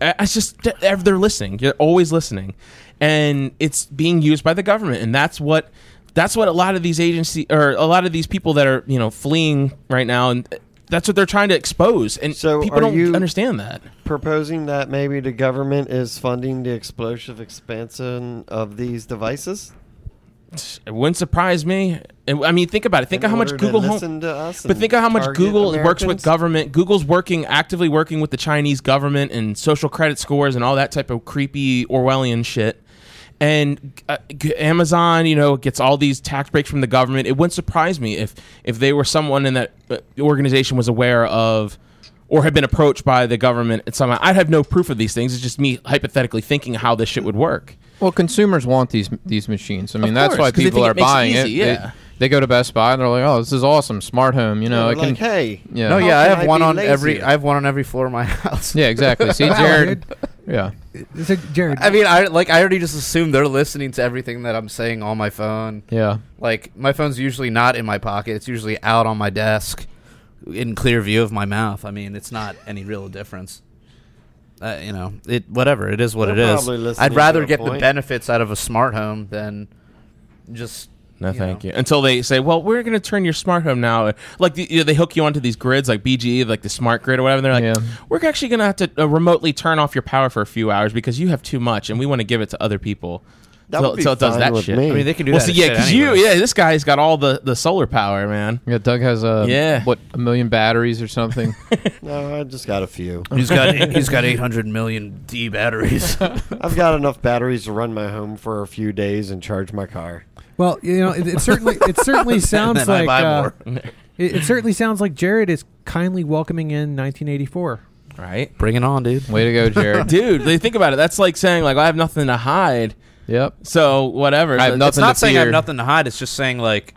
Speaker 6: I- it's just they're they're listening. You're always listening, and it's being used by the government, and that's what. That's what a lot of these agency or a lot of these people that are you know fleeing right now, and that's what they're trying to expose. And
Speaker 5: So
Speaker 6: people
Speaker 5: are
Speaker 6: don't
Speaker 5: you-
Speaker 6: understand that.
Speaker 5: Proposing that maybe the government is funding the explosive expansion of these devices.
Speaker 6: It wouldn't surprise me. And, I mean, think about it. Think
Speaker 5: in
Speaker 6: of how much
Speaker 5: order to
Speaker 6: Google
Speaker 5: listen
Speaker 6: Home.
Speaker 5: to us
Speaker 6: But
Speaker 5: and
Speaker 6: think of how much
Speaker 5: target
Speaker 6: Google works with
Speaker 5: Americans.
Speaker 6: government. Google's working actively working with the Chinese government and social credit scores and all that type of creepy Orwellian shit. And uh, G- Amazon, you know, gets all these tax breaks from the government. It wouldn't surprise me if if they were someone in that uh, organization was aware of or had been approached by the government at somehow. I'd have no proof of these things. It's just me hypothetically thinking how this shit would work.
Speaker 4: Well, consumers want these these machines. I mean, that's
Speaker 6: course,
Speaker 4: why
Speaker 6: 'cause they
Speaker 4: people
Speaker 6: think
Speaker 4: are
Speaker 6: it makes it
Speaker 4: buying it.
Speaker 6: easy,
Speaker 4: They-
Speaker 6: yeah.
Speaker 4: They, go to Best Buy and they're like, "Oh, this is awesome, smart home." You know,
Speaker 5: They're
Speaker 4: it can.
Speaker 5: like, hey,
Speaker 4: yeah.
Speaker 3: No,
Speaker 5: how
Speaker 3: yeah, I
Speaker 5: can
Speaker 3: have
Speaker 5: I
Speaker 3: one
Speaker 5: be
Speaker 3: on
Speaker 5: lazy?
Speaker 3: every I have one on every floor of my house.
Speaker 4: Yeah, exactly. See,
Speaker 2: Wow,
Speaker 4: Jared.
Speaker 2: dude.
Speaker 4: Yeah.
Speaker 2: It's like, Jared,
Speaker 3: I mean, I like I already just assume they're listening to everything that I'm saying on my phone.
Speaker 4: Yeah.
Speaker 3: Like my phone's usually not in my pocket; it's usually out on my desk, in clear view of my mouth. I mean, it's not any real difference. Uh, you know, it whatever it is, what
Speaker 5: They're
Speaker 3: it
Speaker 5: probably
Speaker 3: is.
Speaker 5: listening
Speaker 3: I'd rather
Speaker 5: to a
Speaker 3: get the
Speaker 5: point.
Speaker 3: benefits out of a smart home than just.
Speaker 6: No,
Speaker 3: you
Speaker 6: thank
Speaker 3: know.
Speaker 6: you. Until they say, "Well, we're going to turn your smart home now." Like the, you know, they hook you onto these grids, like BGE, like the smart grid or whatever. And they're like,
Speaker 4: Yeah.
Speaker 6: "We're actually going to have to uh, remotely turn off your power for a few hours because you have too much, and we want to give it to other people."
Speaker 5: That
Speaker 6: so,
Speaker 5: would be
Speaker 6: so it does
Speaker 5: fine
Speaker 6: that
Speaker 5: with
Speaker 6: shit.
Speaker 5: me.
Speaker 3: I mean, they can do
Speaker 6: Well,
Speaker 3: that.
Speaker 6: see,
Speaker 3: as
Speaker 6: yeah,
Speaker 3: shit
Speaker 6: because you,
Speaker 3: anyways.
Speaker 6: yeah, this guy's got all the the solar power, man.
Speaker 4: Yeah. Doug has a
Speaker 6: Yeah.
Speaker 4: What a million batteries or something.
Speaker 5: No, I just got a few.
Speaker 3: He's got he's got 800 million D batteries.
Speaker 5: I've got enough batteries to run my home for a few days and charge my car.
Speaker 2: Well, you know, it, it certainly it certainly sounds
Speaker 3: then I
Speaker 2: like
Speaker 3: buy
Speaker 2: uh,
Speaker 3: more.
Speaker 2: it, it certainly sounds like Jared is kindly welcoming in 1984.
Speaker 6: Right,
Speaker 3: Bring it on, dude.
Speaker 4: Way to go, Jared.
Speaker 6: dude. they think about it. That's like saying, like, I have nothing to hide,
Speaker 4: yep.
Speaker 6: so whatever.
Speaker 4: I have
Speaker 6: It's
Speaker 4: nothing
Speaker 3: It's not
Speaker 4: to
Speaker 3: saying I have
Speaker 4: fear.
Speaker 3: nothing to hide. It's just saying like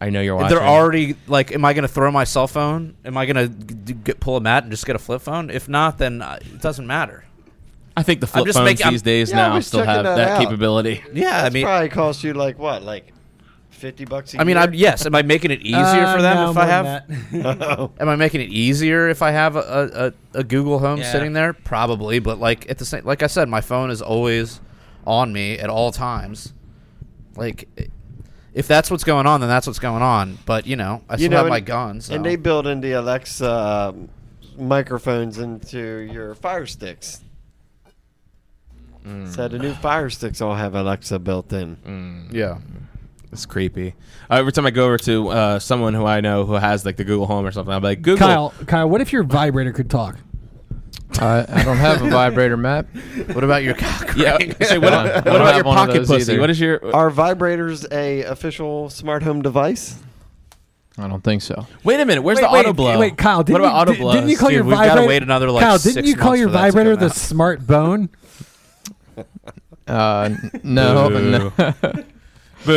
Speaker 6: I know you're watching.
Speaker 3: they're already like, am I going to throw my cell phone? Am I going to g- g- pull a mat and just get a flip phone? If not, then uh, it doesn't matter.
Speaker 6: I think the flip
Speaker 3: just
Speaker 6: phones
Speaker 3: making- I'm-
Speaker 6: these days
Speaker 5: Yeah, I
Speaker 6: now
Speaker 5: was
Speaker 6: still
Speaker 5: checking
Speaker 6: have that,
Speaker 5: that out.
Speaker 6: capability.
Speaker 3: Yeah,
Speaker 5: That's
Speaker 3: I mean,
Speaker 5: probably cost you like what, like fifty bucks. I
Speaker 3: I mean, I'm, yes. Am I making it easier for them
Speaker 7: Uh,
Speaker 3: if I have? Am I making it easier if I have a, a, a Google Home
Speaker 6: Yeah.
Speaker 3: sitting there? Probably, but like at the same, like I said, my phone is always on me at all times. Like, if that's what's going on, then that's what's going on. But you know, I still have my guns.
Speaker 5: And they build in the Alexa um, microphones into your Fire Sticks.
Speaker 6: Mm.
Speaker 5: So the new Fire Sticks all have Alexa built in.
Speaker 3: Yeah.
Speaker 6: It's creepy. Uh, every time I go over to uh, someone who I know who has like the Google Home or something, I'll be like, Google.
Speaker 7: Kyle, Kyle, what if your vibrator could talk?
Speaker 4: I, I don't have a vibrator map.
Speaker 3: What about your cock?
Speaker 6: Yeah.
Speaker 3: ring?
Speaker 6: say, what,
Speaker 4: I don't
Speaker 6: what about
Speaker 4: have
Speaker 6: your
Speaker 4: one of
Speaker 6: pocket
Speaker 4: those
Speaker 6: pussy?
Speaker 4: either.
Speaker 6: What is your?
Speaker 5: Are vibrators a official smart home device?
Speaker 4: I don't think so.
Speaker 6: wait a minute. Where's the
Speaker 7: wait,
Speaker 6: auto blow?
Speaker 7: Wait, Kyle, didn't
Speaker 6: what about
Speaker 7: you,
Speaker 6: auto
Speaker 7: di-
Speaker 6: blow?
Speaker 7: Didn't you call
Speaker 3: Dude,
Speaker 7: your
Speaker 3: we've
Speaker 7: vibrator?
Speaker 3: gotta wait another, like,
Speaker 7: Kyle,
Speaker 3: six
Speaker 7: didn't you call
Speaker 3: months
Speaker 7: your
Speaker 3: for that to
Speaker 7: vibrator
Speaker 3: come
Speaker 7: the
Speaker 3: out.
Speaker 7: smart bone?
Speaker 4: Uh, n- no, no.
Speaker 6: Boo.
Speaker 4: What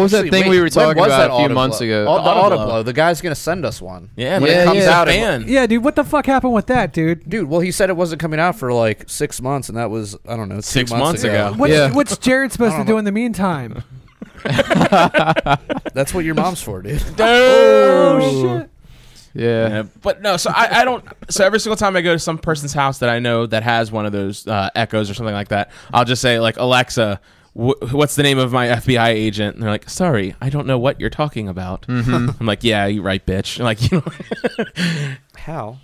Speaker 4: was that
Speaker 3: Actually,
Speaker 4: thing
Speaker 3: wait,
Speaker 4: we were
Speaker 3: when
Speaker 4: talking
Speaker 3: was
Speaker 4: about
Speaker 3: that
Speaker 4: a few
Speaker 3: Autoblow?
Speaker 4: months ago?
Speaker 3: Oh, the
Speaker 6: Autoblow.
Speaker 3: Autoblow. The guy's gonna send us one.
Speaker 6: yeah,
Speaker 3: when
Speaker 4: yeah,
Speaker 3: it comes
Speaker 4: yeah.
Speaker 3: out, it-
Speaker 6: fan.
Speaker 7: Yeah, dude, what the fuck happened with that, dude?
Speaker 3: dude. Well, he said it wasn't coming out for like six months, and that was I don't know two
Speaker 6: Six months ago.
Speaker 7: What's,
Speaker 4: Yeah.
Speaker 7: what's Jared supposed to
Speaker 3: I don't
Speaker 7: do
Speaker 3: know.
Speaker 7: in the meantime?
Speaker 3: That's what your mom's for, dude.
Speaker 7: Oh, shit.
Speaker 4: Yeah.
Speaker 6: Yeah, but no, so I, I don't. So every single time I go to some person's house that I know that has one of those uh, echoes or something like that, I'll just say like Alexa, wh- what's the name of my FBI agent? And they're like, sorry, I don't know what you're talking about.
Speaker 4: mm-hmm.
Speaker 6: I'm like, yeah, you're right, bitch. And like you know,
Speaker 3: How?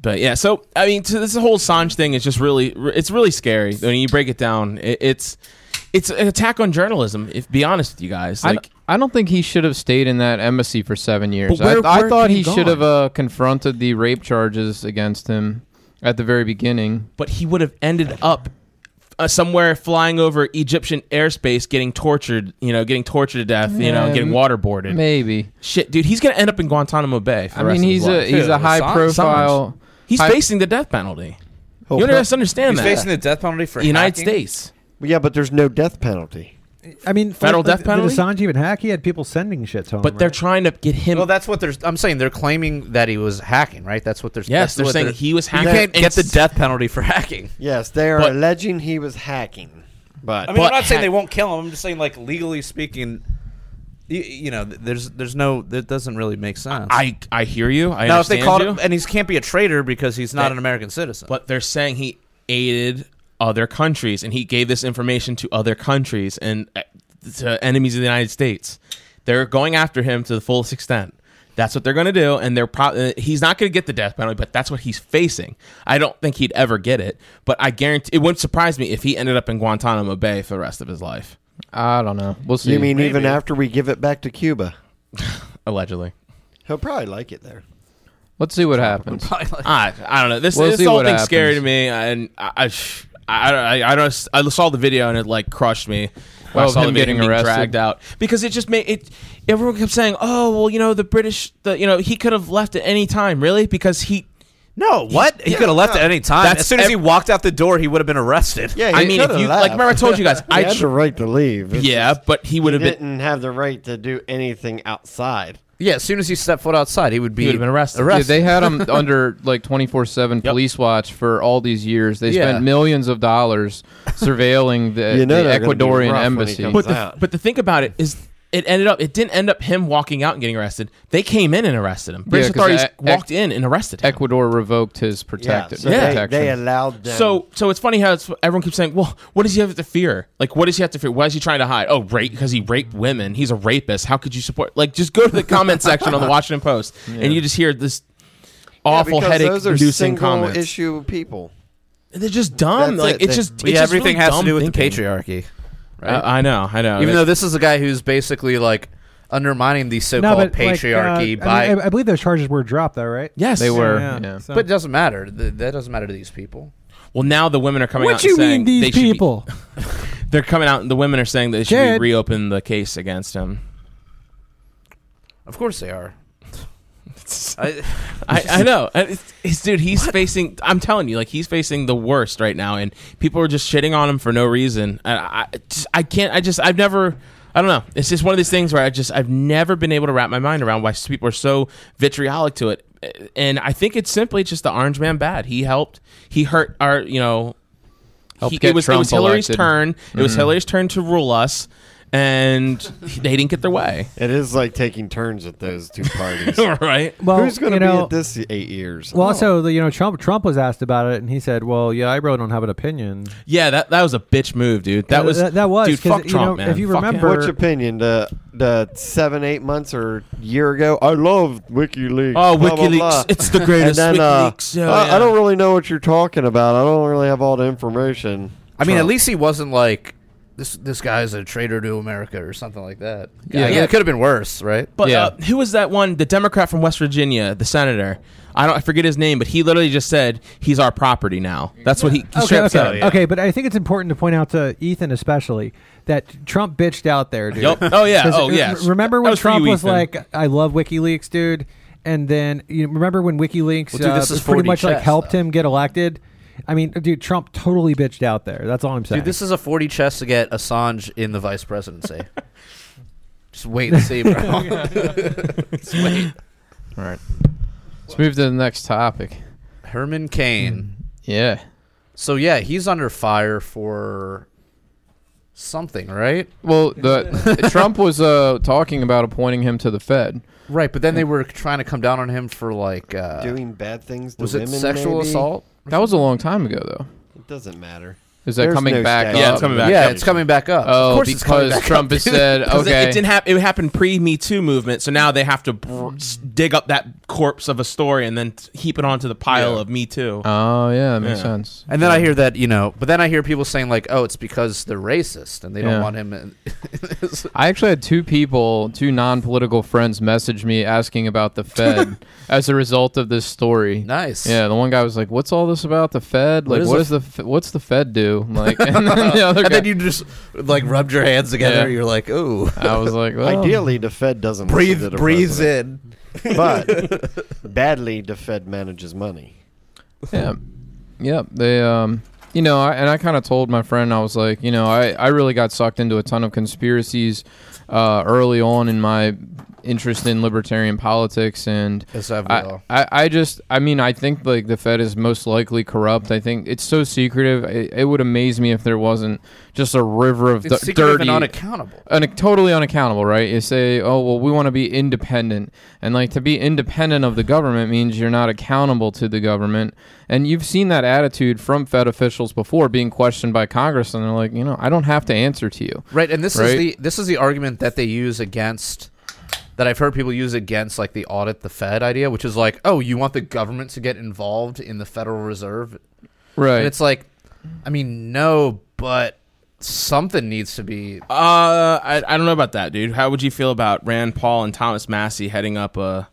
Speaker 6: but yeah. So I mean, so this whole Sanj thing is just really, it's really scary when you break it down. It, it's it's an attack on journalism. If be honest with you guys,
Speaker 4: I
Speaker 6: like
Speaker 4: d- I don't think he should have stayed in that embassy for seven years.
Speaker 6: But where-
Speaker 4: I,
Speaker 6: where
Speaker 4: I thought
Speaker 6: could
Speaker 4: he
Speaker 6: he
Speaker 4: should
Speaker 6: gone?
Speaker 4: have uh, confronted the rape charges against him at the very beginning.
Speaker 6: but he would have ended up uh, somewhere flying over Egyptian airspace, getting tortured. You know, getting tortured to death. You know,
Speaker 4: Yeah,
Speaker 6: getting
Speaker 4: m-
Speaker 6: waterboarded.
Speaker 4: Maybe.
Speaker 6: Shit, dude, he's gonna end up in Guantanamo Bay. For
Speaker 4: I
Speaker 6: the rest
Speaker 4: mean,
Speaker 6: of
Speaker 4: he's
Speaker 6: his
Speaker 4: a
Speaker 6: life.
Speaker 4: he's a
Speaker 3: Dude,
Speaker 4: high
Speaker 3: Assange-
Speaker 4: profile.
Speaker 6: he's
Speaker 4: I- Oh,
Speaker 6: facing the death penalty. You don't just understand
Speaker 3: He's
Speaker 6: that.
Speaker 3: facing the death penalty for
Speaker 6: the United
Speaker 3: hacking?
Speaker 6: States.
Speaker 5: Yeah, but there's no death penalty.
Speaker 2: I mean,
Speaker 6: Federal
Speaker 2: like,
Speaker 6: death
Speaker 2: did-
Speaker 6: penalty?
Speaker 2: Did Assange even hack? He had people sending shit to him.
Speaker 6: But they're
Speaker 2: right?
Speaker 6: trying to get him.
Speaker 3: Well, that's what they're. I'm saying they're claiming that he was hacking, right? That's what they're.
Speaker 6: yes,
Speaker 3: that's
Speaker 6: they're
Speaker 3: what
Speaker 6: saying he was
Speaker 3: You
Speaker 6: hacking.
Speaker 3: can't
Speaker 6: and
Speaker 3: get the
Speaker 6: s-
Speaker 3: death penalty for hacking.
Speaker 5: Yes, they are
Speaker 6: But-
Speaker 5: alleging he was hacking. But
Speaker 3: I mean,
Speaker 6: But
Speaker 3: I'm not saying
Speaker 6: hack-
Speaker 3: they won't kill him. I'm just saying, like legally speaking, you, you know, th- there's there's no that doesn't really make sense.
Speaker 6: I I hear you. I
Speaker 3: now if
Speaker 6: understand
Speaker 3: they called
Speaker 6: you,
Speaker 3: him eh, and he can't be a traitor because he's not
Speaker 6: That-
Speaker 3: an American citizen.
Speaker 6: but they're saying he aided other countries and he gave this information to other countries and uh, to enemies of the United States. They're going after him to the fullest extent. That's what they're going to do, and they're probably he's not going to get the death penalty, but that's what he's facing. I don't think he'd ever get it, but I guarantee it wouldn't surprise me if he ended up in Guantanamo Bay for the rest of his life,
Speaker 4: I don't know. We'll see.
Speaker 5: you mean even after we give it back to Cuba?
Speaker 6: allegedly.
Speaker 5: He'll probably like it there.
Speaker 4: Let's see what happens.
Speaker 6: I, I don't know. This,
Speaker 4: We'll
Speaker 6: this
Speaker 4: see
Speaker 6: whole
Speaker 4: what
Speaker 6: thing's scary to
Speaker 4: happens.
Speaker 6: me, and I, I, sh- I, I, I, don't, I saw the video and it like crushed me. When
Speaker 4: Well,
Speaker 6: I saw
Speaker 4: him
Speaker 6: the video
Speaker 4: getting
Speaker 6: being
Speaker 4: arrested.
Speaker 6: dragged out because it just made it. Everyone kept saying, "Oh, well, you know, the British, the you know, he could have left at any time, really, because he."
Speaker 3: no, what he could have left at any time.
Speaker 6: That's
Speaker 3: as soon as
Speaker 6: ev-
Speaker 3: he walked out the door, he would have been arrested.
Speaker 5: Yeah,
Speaker 6: I mean, if you like, remember I told you guys,
Speaker 5: I
Speaker 6: I
Speaker 5: had the
Speaker 6: tr-
Speaker 5: right to leave. It's
Speaker 6: yeah,
Speaker 5: just-
Speaker 6: but he would
Speaker 5: he
Speaker 6: have been.
Speaker 5: didn't have the right to do anything outside.
Speaker 3: yeah. As soon as he stepped foot outside, he would be
Speaker 6: He would've been arrested.
Speaker 4: Yeah, they had him under like 24/7 police watch for all these years. They
Speaker 3: Yeah.
Speaker 4: spent millions of dollars surveilling the,
Speaker 5: You know
Speaker 4: the
Speaker 5: they're gonna be
Speaker 4: Ecuadorian
Speaker 5: rough when
Speaker 4: embassy.
Speaker 5: he comes
Speaker 6: But the,
Speaker 5: out.
Speaker 6: but the thing about it is, it ended up. It didn't end up him walking out and getting arrested. They came in and arrested him. British
Speaker 4: 'cause
Speaker 6: authorities
Speaker 4: Ec-
Speaker 6: walked in and arrested him.
Speaker 4: Ecuador revoked his protected
Speaker 5: so
Speaker 6: Yeah.
Speaker 5: They,
Speaker 4: protection.
Speaker 5: they allowed them.
Speaker 6: So, so it's funny how it's, everyone keeps saying, "Well, what does he have to fear? Like, what does he have to fear? Why is he trying to hide? Oh, rape because he raped women. He's a rapist. How could you support? Like, just go to the comment section on the Washington Post, and you just hear this
Speaker 5: Yeah,
Speaker 6: awful
Speaker 5: because Those are
Speaker 6: headache-inducing
Speaker 5: single
Speaker 6: comments.
Speaker 5: issue people.
Speaker 6: They're just dumb.
Speaker 5: That's
Speaker 6: like,
Speaker 5: it.
Speaker 6: it's
Speaker 5: They-
Speaker 6: just
Speaker 3: But
Speaker 6: it's
Speaker 3: yeah,
Speaker 6: just really
Speaker 3: everything has to
Speaker 6: dumb
Speaker 3: do with
Speaker 6: thinking.
Speaker 3: the patriarchy, right?
Speaker 6: Uh, I know, I know.
Speaker 3: Even
Speaker 6: That-
Speaker 3: though this is a guy who's basically like undermining the
Speaker 2: no,
Speaker 3: so-called
Speaker 2: but like, uh,
Speaker 3: patriarchy
Speaker 2: I,
Speaker 3: by,
Speaker 2: mean, I- I believe those charges were dropped, though, right?
Speaker 6: yes,
Speaker 4: They were.
Speaker 2: Yeah,
Speaker 4: yeah.
Speaker 2: so-
Speaker 3: but
Speaker 6: uh,
Speaker 3: it doesn't matter. Th- that doesn't matter to these people.
Speaker 6: Well, now the women are coming out.
Speaker 7: What
Speaker 6: and
Speaker 7: you
Speaker 6: saying
Speaker 7: mean
Speaker 6: they
Speaker 7: these
Speaker 6: should be-
Speaker 7: people?
Speaker 6: they're coming out, and the women are saying that they should
Speaker 7: Jared.
Speaker 6: reopen the case against him.
Speaker 3: Of course they are. I,
Speaker 6: I, I know. And It's, it's, dude, he's facing. I'm telling you, like he's facing the worst right now, and people are just shitting on him for no reason. And I, I, just, I can't. I just. I've never. I don't know. It's just one of these things where I just. I've never been able to wrap my mind around why people are so vitriolic to it. Uh, And I think it's simply just the Orange Man bad. He helped. He hurt our. You know.
Speaker 4: Helped
Speaker 6: he,
Speaker 4: get
Speaker 6: it was it
Speaker 4: Trump
Speaker 6: was Hillary's
Speaker 4: elected. Mm-hmm.
Speaker 6: turn. It was Hillary's turn to rule us, and they didn't get their way.
Speaker 5: It is like taking turns with those two parties.
Speaker 6: right.
Speaker 2: Well,
Speaker 5: Who's going to
Speaker 2: you
Speaker 5: be
Speaker 2: know,
Speaker 5: at this eight years?
Speaker 2: Well, also,
Speaker 6: Oh.
Speaker 2: the- you know, Trump Trump was asked about it, and he said, "Well, yeah, I really don't have an opinion."
Speaker 6: Yeah, Uh, that that was a bitch move, dude. That was
Speaker 2: that, that was
Speaker 6: dude.
Speaker 2: 'cause,
Speaker 6: Fuck
Speaker 2: you
Speaker 6: Trump,
Speaker 2: know,
Speaker 6: man.
Speaker 2: If you
Speaker 6: Fuck him.
Speaker 2: remember,
Speaker 5: What's your opinion? The the seven, eight months or year ago. I love WikiLeaks.
Speaker 6: Oh,
Speaker 5: blah, blah,
Speaker 6: WikiLeaks.
Speaker 5: blah."
Speaker 6: It's the
Speaker 5: And
Speaker 6: greatest
Speaker 5: then, uh,
Speaker 6: WikiLeaks. Oh,
Speaker 5: I, I
Speaker 6: yeah.
Speaker 5: don't really know what you're talking about. I don't really have all the information.
Speaker 3: I mean, at
Speaker 5: Trump.
Speaker 3: least he wasn't like this. This guy's a traitor to America or something like that.
Speaker 4: Yeah.
Speaker 3: Yeah, it could have been worse, right?
Speaker 6: But
Speaker 4: Yeah.
Speaker 6: uh, who was that one? The Democrat from West Virginia, the senator. I don't. I forget his name, but he literally just said he's our property now. That's what he. he straight
Speaker 2: Okay,
Speaker 6: up
Speaker 2: okay,
Speaker 6: said.
Speaker 2: okay, but I think it's important to point out to Ethan especially that Trump bitched out there, dude.
Speaker 6: Yup. Oh, yeah.
Speaker 2: 'Cause
Speaker 6: Oh,
Speaker 2: r-
Speaker 6: yes.
Speaker 2: Remember
Speaker 6: That
Speaker 2: when
Speaker 6: was for
Speaker 2: Trump
Speaker 6: you,
Speaker 2: was
Speaker 6: Ethan.
Speaker 2: like, "I love WikiLeaks, dude," and then you know, remember when WikiLeaks
Speaker 3: Well, dude,
Speaker 2: uh,
Speaker 3: this is
Speaker 2: pretty
Speaker 3: 40
Speaker 2: much like
Speaker 3: chess,
Speaker 2: helped
Speaker 3: though.
Speaker 2: him get elected. I mean, dude, Trump totally bitched out there. That's all I'm saying.
Speaker 3: Dude, this is a 40 chess to get Assange in the vice presidency. Just wait and see, bro. Just wait.
Speaker 4: All right. Let's move to the next topic.
Speaker 3: Herman Cain.
Speaker 4: Yeah.
Speaker 3: So yeah, he's under fire for something, right?
Speaker 4: Well, the Trump was uh, talking about appointing him to the Fed.
Speaker 3: Right, but then they were trying to come down on him for like uh,
Speaker 5: doing bad things to
Speaker 3: was it
Speaker 5: women.
Speaker 3: sexual
Speaker 5: maybe?
Speaker 3: assault?
Speaker 4: That was a long time ago, though.
Speaker 5: It doesn't matter.
Speaker 4: Is that
Speaker 5: There's
Speaker 4: coming
Speaker 5: no
Speaker 4: back?
Speaker 5: statute.
Speaker 6: Yeah,
Speaker 4: up?
Speaker 6: it's coming back.
Speaker 3: yeah,
Speaker 6: up.
Speaker 3: it's coming back up. Of
Speaker 4: Oh,
Speaker 3: course it's coming
Speaker 4: because
Speaker 3: back up.
Speaker 4: Trump has said
Speaker 6: 'Cause it-
Speaker 4: okay.
Speaker 6: It didn't happen. It happened pre Me Too movement, so now they have to br- s- dig up that corpse of a story and then t- heap it onto the pile
Speaker 3: Yeah.
Speaker 6: of Me Too.
Speaker 4: oh yeah, that makes
Speaker 6: Yeah.
Speaker 4: sense.
Speaker 3: And then I hear that you know, but then I hear people saying like, "Oh, it's because they're racist and they don't
Speaker 4: Yeah.
Speaker 3: want him." In.
Speaker 4: I actually had two people, two non-political friends, message me asking about the Fed as a result of this story.
Speaker 3: nice.
Speaker 4: Yeah, the one guy was like, "What's all this about the Fed? Like,
Speaker 3: is
Speaker 4: what
Speaker 3: the
Speaker 4: is the F- what's the Fed do?" I'm Like, and then the other
Speaker 3: and
Speaker 4: guy,
Speaker 3: then you just like rubbed your hands together.
Speaker 4: Yeah.
Speaker 3: You're like, "Ooh,
Speaker 4: I was like, well,
Speaker 5: Ideally, the Fed doesn't listen to
Speaker 3: breathe,
Speaker 5: the
Speaker 3: breathes
Speaker 5: president.
Speaker 3: in."
Speaker 5: But badly, the Fed manages money.
Speaker 4: Yeah, yeah. They, um, you know, I, and I kind of told my friend, I was like, you know, I, I really got sucked into a ton of conspiracies uh, early on in my interest in libertarian politics, and
Speaker 3: Yes, I will.
Speaker 4: I, I, I just, I mean, I think like the Fed is most likely corrupt. I think it's so secretive. It, it would amaze me if there wasn't just a river of
Speaker 3: It's
Speaker 4: d-
Speaker 3: secretive and
Speaker 4: dirty,
Speaker 3: unaccountable.
Speaker 4: un- totally unaccountable, right? You say, oh well, we want to be independent, and like to be independent of the government means you're not accountable to the government. And you've seen that attitude from Fed officials before, being questioned by Congress, and they're like, you know, I don't have to answer to you.
Speaker 3: Right, and this
Speaker 4: Right?
Speaker 3: is the this is the argument that they use against that I've heard people use against like the audit the Fed idea, which is like, oh, you want the government to get involved in the Federal Reserve,
Speaker 4: Right.
Speaker 3: and it's like, I mean, no, but something needs to be.
Speaker 6: Uh, I, I don't know about that, dude. How would you feel about Rand Paul and Thomas Massey heading up a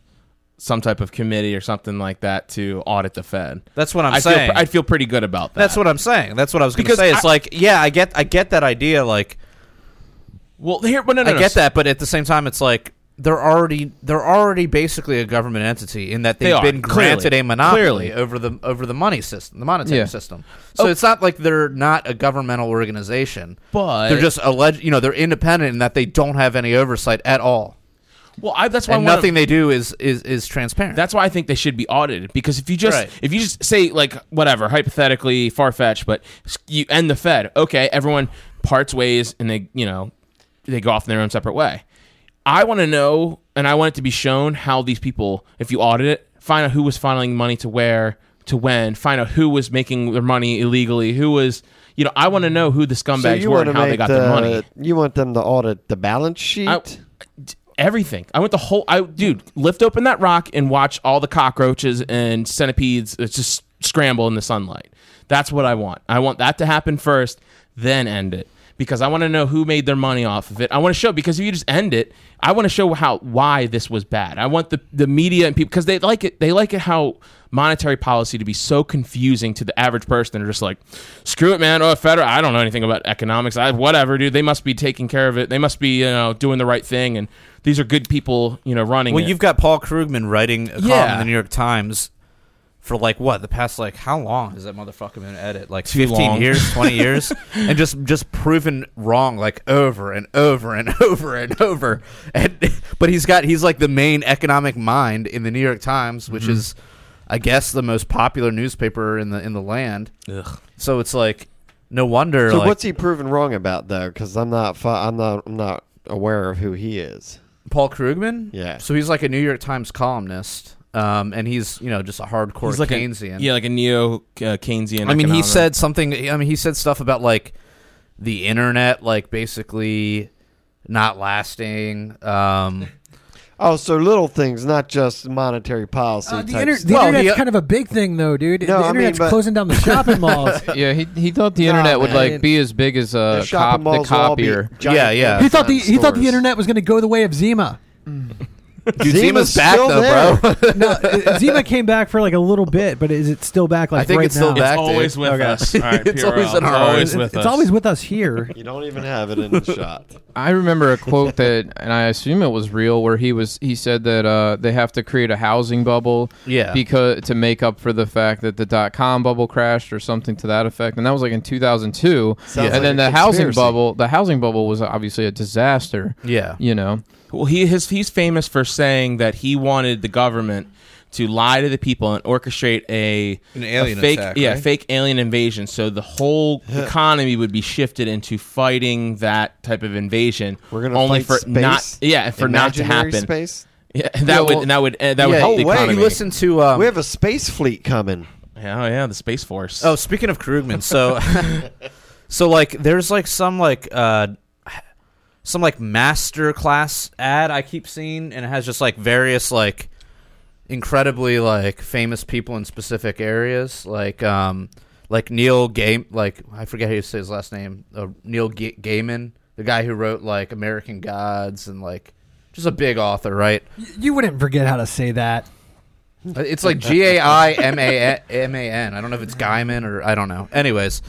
Speaker 6: some type of committee or something like that to audit the Fed?
Speaker 3: That's what I'm
Speaker 6: I feel pr- I'd feel pretty good about that.
Speaker 3: That's what I'm saying. That's what I was going to
Speaker 6: Because
Speaker 3: say. It's
Speaker 6: I-
Speaker 3: like, yeah, I get, I get that idea. Like,
Speaker 6: well, here, but no, no,
Speaker 3: I
Speaker 6: no.
Speaker 3: get that, but at the same time, it's like they're already they're already basically a government entity in that they've
Speaker 6: They are,
Speaker 3: been
Speaker 6: clearly.
Speaker 3: granted a monopoly
Speaker 6: Clearly. Oh.
Speaker 3: over the over the money system, the monetary
Speaker 4: Yeah.
Speaker 3: system. So it's not like they're not a governmental organization.
Speaker 6: But
Speaker 3: They're just alleged, you know, they're independent in that they don't have any oversight at all,
Speaker 6: well, I, that's why
Speaker 3: and
Speaker 6: I wanna-
Speaker 3: nothing they do is is is transparent.
Speaker 6: That's why I think they should be audited because if you just
Speaker 3: Right.
Speaker 6: if you just say like whatever hypothetically far fetched, but you end the Fed, okay, everyone parts ways and they you know they go off in their own separate way. I want to know and I want it to be shown how these people, if you audit it, find out who was funneling money to where to when, find out who was making their money illegally, who was you know I want to know who the scumbags were
Speaker 5: wanna
Speaker 6: and how they
Speaker 5: make
Speaker 6: got
Speaker 5: the,
Speaker 6: their money.
Speaker 5: You want them to audit the balance sheet?
Speaker 6: I- d- everything. I went the whole. I dude, lift open that rock and watch all the cockroaches and centipedes uh, just scramble in the sunlight. That's what I want. I want that to happen first, then end it because I want to know who made their money off of it. I want to show because if you just end it, I want to show how why this was bad. I want the the media and people because they like it. They like it how monetary policy to be so confusing to the average person. They're just like, screw it, man. Oh, federal. I don't know anything about economics. I whatever, dude. They must be taking care of it. They must be you know doing the right thing. And these are good people, you know, running.
Speaker 3: well,
Speaker 6: it.
Speaker 3: you've got Paul Krugman writing a column
Speaker 6: Yeah.
Speaker 3: in the New York Times for like what the past like how long has that motherfucker been at it? Like
Speaker 6: Too
Speaker 3: fifteen
Speaker 6: long.
Speaker 3: years, twenty years, and just just proven wrong like over and over and over and over. And but he's got he's like the main economic mind in the New York Times, which
Speaker 6: Mm-hmm.
Speaker 3: is I guess the most popular newspaper in the in the land.
Speaker 6: Ugh.
Speaker 3: So it's like no wonder.
Speaker 5: so
Speaker 3: like,
Speaker 5: what's he proven wrong about though? Because I'm not, fi- I'm not, I'm not aware of who he is.
Speaker 3: Paul Krugman?
Speaker 5: Yeah.
Speaker 3: So he's like a New York Times columnist, um, and he's you know just a hardcore
Speaker 6: He's like a-
Speaker 3: Keynesian.
Speaker 6: yeah, like a neo uh, Keynesian.
Speaker 3: I mean, he
Speaker 6: economic.
Speaker 3: said something. I mean, he said stuff about like the internet, like basically not lasting. Um,
Speaker 5: Oh, so little things, not just monetary policy.
Speaker 2: Uh, the
Speaker 5: type
Speaker 2: inter-
Speaker 5: stuff.
Speaker 2: the
Speaker 3: Well,
Speaker 2: internet's
Speaker 3: the-
Speaker 2: kind of a big thing, though, dude.
Speaker 5: No,
Speaker 2: the
Speaker 5: I mean,
Speaker 2: internet's
Speaker 5: but-
Speaker 2: closing down the shopping malls.
Speaker 4: Yeah, he, he thought the
Speaker 5: Nah,
Speaker 4: internet would
Speaker 5: man.
Speaker 4: like be as big as uh,
Speaker 5: The
Speaker 4: cop,
Speaker 5: shopping
Speaker 4: the
Speaker 5: malls will all be
Speaker 4: copier.
Speaker 5: giant
Speaker 3: Yeah, yeah.
Speaker 2: he thought the he thought the
Speaker 5: stores.
Speaker 2: internet was going to go the way of Zima.
Speaker 3: dude, Zima's
Speaker 5: Zima's
Speaker 3: back
Speaker 5: still
Speaker 3: though,
Speaker 5: there.
Speaker 3: bro.
Speaker 2: No, uh, Zima came back for like a little bit, but is it still back? Like
Speaker 3: I think
Speaker 2: right
Speaker 3: it's still
Speaker 2: now?
Speaker 3: back,
Speaker 6: It's always
Speaker 3: dude.
Speaker 6: with
Speaker 2: Okay.
Speaker 6: us. All right,
Speaker 3: It's
Speaker 6: PRL.
Speaker 3: always in our
Speaker 6: always
Speaker 3: eyes.
Speaker 6: with
Speaker 2: It's
Speaker 6: us.
Speaker 2: always with us here.
Speaker 5: You don't even have it in the shot.
Speaker 4: I remember a quote that, and I assume it was real, where he was he said that uh, they have to create a housing bubble,
Speaker 3: Yeah.
Speaker 4: because to make up for the fact that the dot com bubble crashed or something to that effect, and that was like in 2002,
Speaker 5: Sounds
Speaker 4: and
Speaker 5: like
Speaker 4: then
Speaker 5: a
Speaker 4: the housing
Speaker 5: conspiracy.
Speaker 4: bubble, the housing bubble was obviously a disaster.
Speaker 3: Yeah.
Speaker 4: you know,
Speaker 6: Well, he his, he's famous for saying that he wanted the government to lie to the people and orchestrate a
Speaker 3: An alien
Speaker 6: a fake
Speaker 3: attack,
Speaker 6: yeah
Speaker 3: right?
Speaker 6: fake alien invasion, so the whole economy would be shifted into fighting that type of invasion.
Speaker 5: We're gonna
Speaker 6: only
Speaker 5: fight
Speaker 6: for
Speaker 5: space?
Speaker 6: not yeah and for not
Speaker 5: Imaginary
Speaker 6: to happen.
Speaker 5: Space.
Speaker 6: Yeah, that
Speaker 4: Yeah,
Speaker 6: would
Speaker 4: well-
Speaker 6: and that would uh, that would
Speaker 3: yeah,
Speaker 6: help the
Speaker 3: oh, wait,
Speaker 6: economy.
Speaker 3: you listen to um,
Speaker 5: we have a space fleet coming.
Speaker 6: Yeah, oh yeah, the space force.
Speaker 3: Oh, speaking of Krugman, so so like there's like some like uh some like master class ad I keep seeing and it has just like various like incredibly like famous people in specific areas like um like Neil Game like I forget how you say his last name uh, Neil Ga- Gaiman the guy who wrote like American Gods and like just a big author right
Speaker 2: You wouldn't forget how to say that.
Speaker 3: Uh, it's like G A I M A M A N. I don't know if it's Guyman or I don't know. Anyways,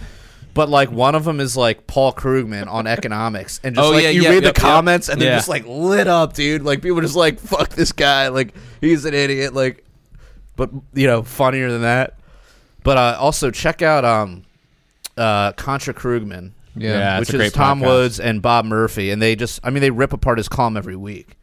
Speaker 3: but like one of them is like Paul Krugman on economics, and just
Speaker 6: Oh,
Speaker 3: like
Speaker 6: yeah,
Speaker 3: you
Speaker 6: yeah,
Speaker 3: read the
Speaker 6: yep, yep.
Speaker 3: comments and they're
Speaker 6: Yeah.
Speaker 3: just like lit up, dude. Like people are just like fuck this guy, like he's an idiot, like. But you know, funnier than that. But uh, also check out um, uh, Contra Krugman,
Speaker 4: yeah.
Speaker 6: Yeah. it's
Speaker 3: which
Speaker 6: a
Speaker 3: is
Speaker 6: great
Speaker 3: Tom
Speaker 6: podcast.
Speaker 3: Woods and Bob Murphy, and they just I mean they rip apart his column every week.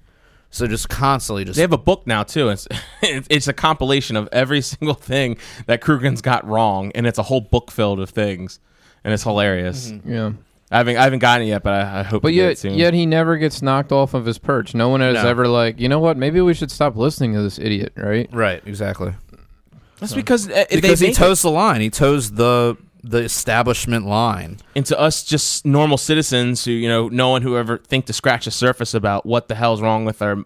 Speaker 3: So just constantly just
Speaker 6: They have a book now too. It's it's a compilation of every single thing that Krugen's got wrong, and it's a whole book filled of things, and it's hilarious.
Speaker 5: Mm-hmm.
Speaker 4: yeah.
Speaker 6: I haven't I haven't gotten it yet, but I, I hope.
Speaker 4: But
Speaker 6: to get it
Speaker 4: yet,
Speaker 6: soon.
Speaker 4: yet he never gets knocked off of his perch. No one has
Speaker 6: No.
Speaker 4: ever like, you know what? Maybe we should stop listening to this idiot, right?
Speaker 3: right exactly.
Speaker 6: that's because uh,
Speaker 3: because
Speaker 6: they
Speaker 3: he toes the line. He toes the the establishment line.
Speaker 6: into us just normal citizens who you know no one who ever think to scratch the surface about what the hell's wrong with our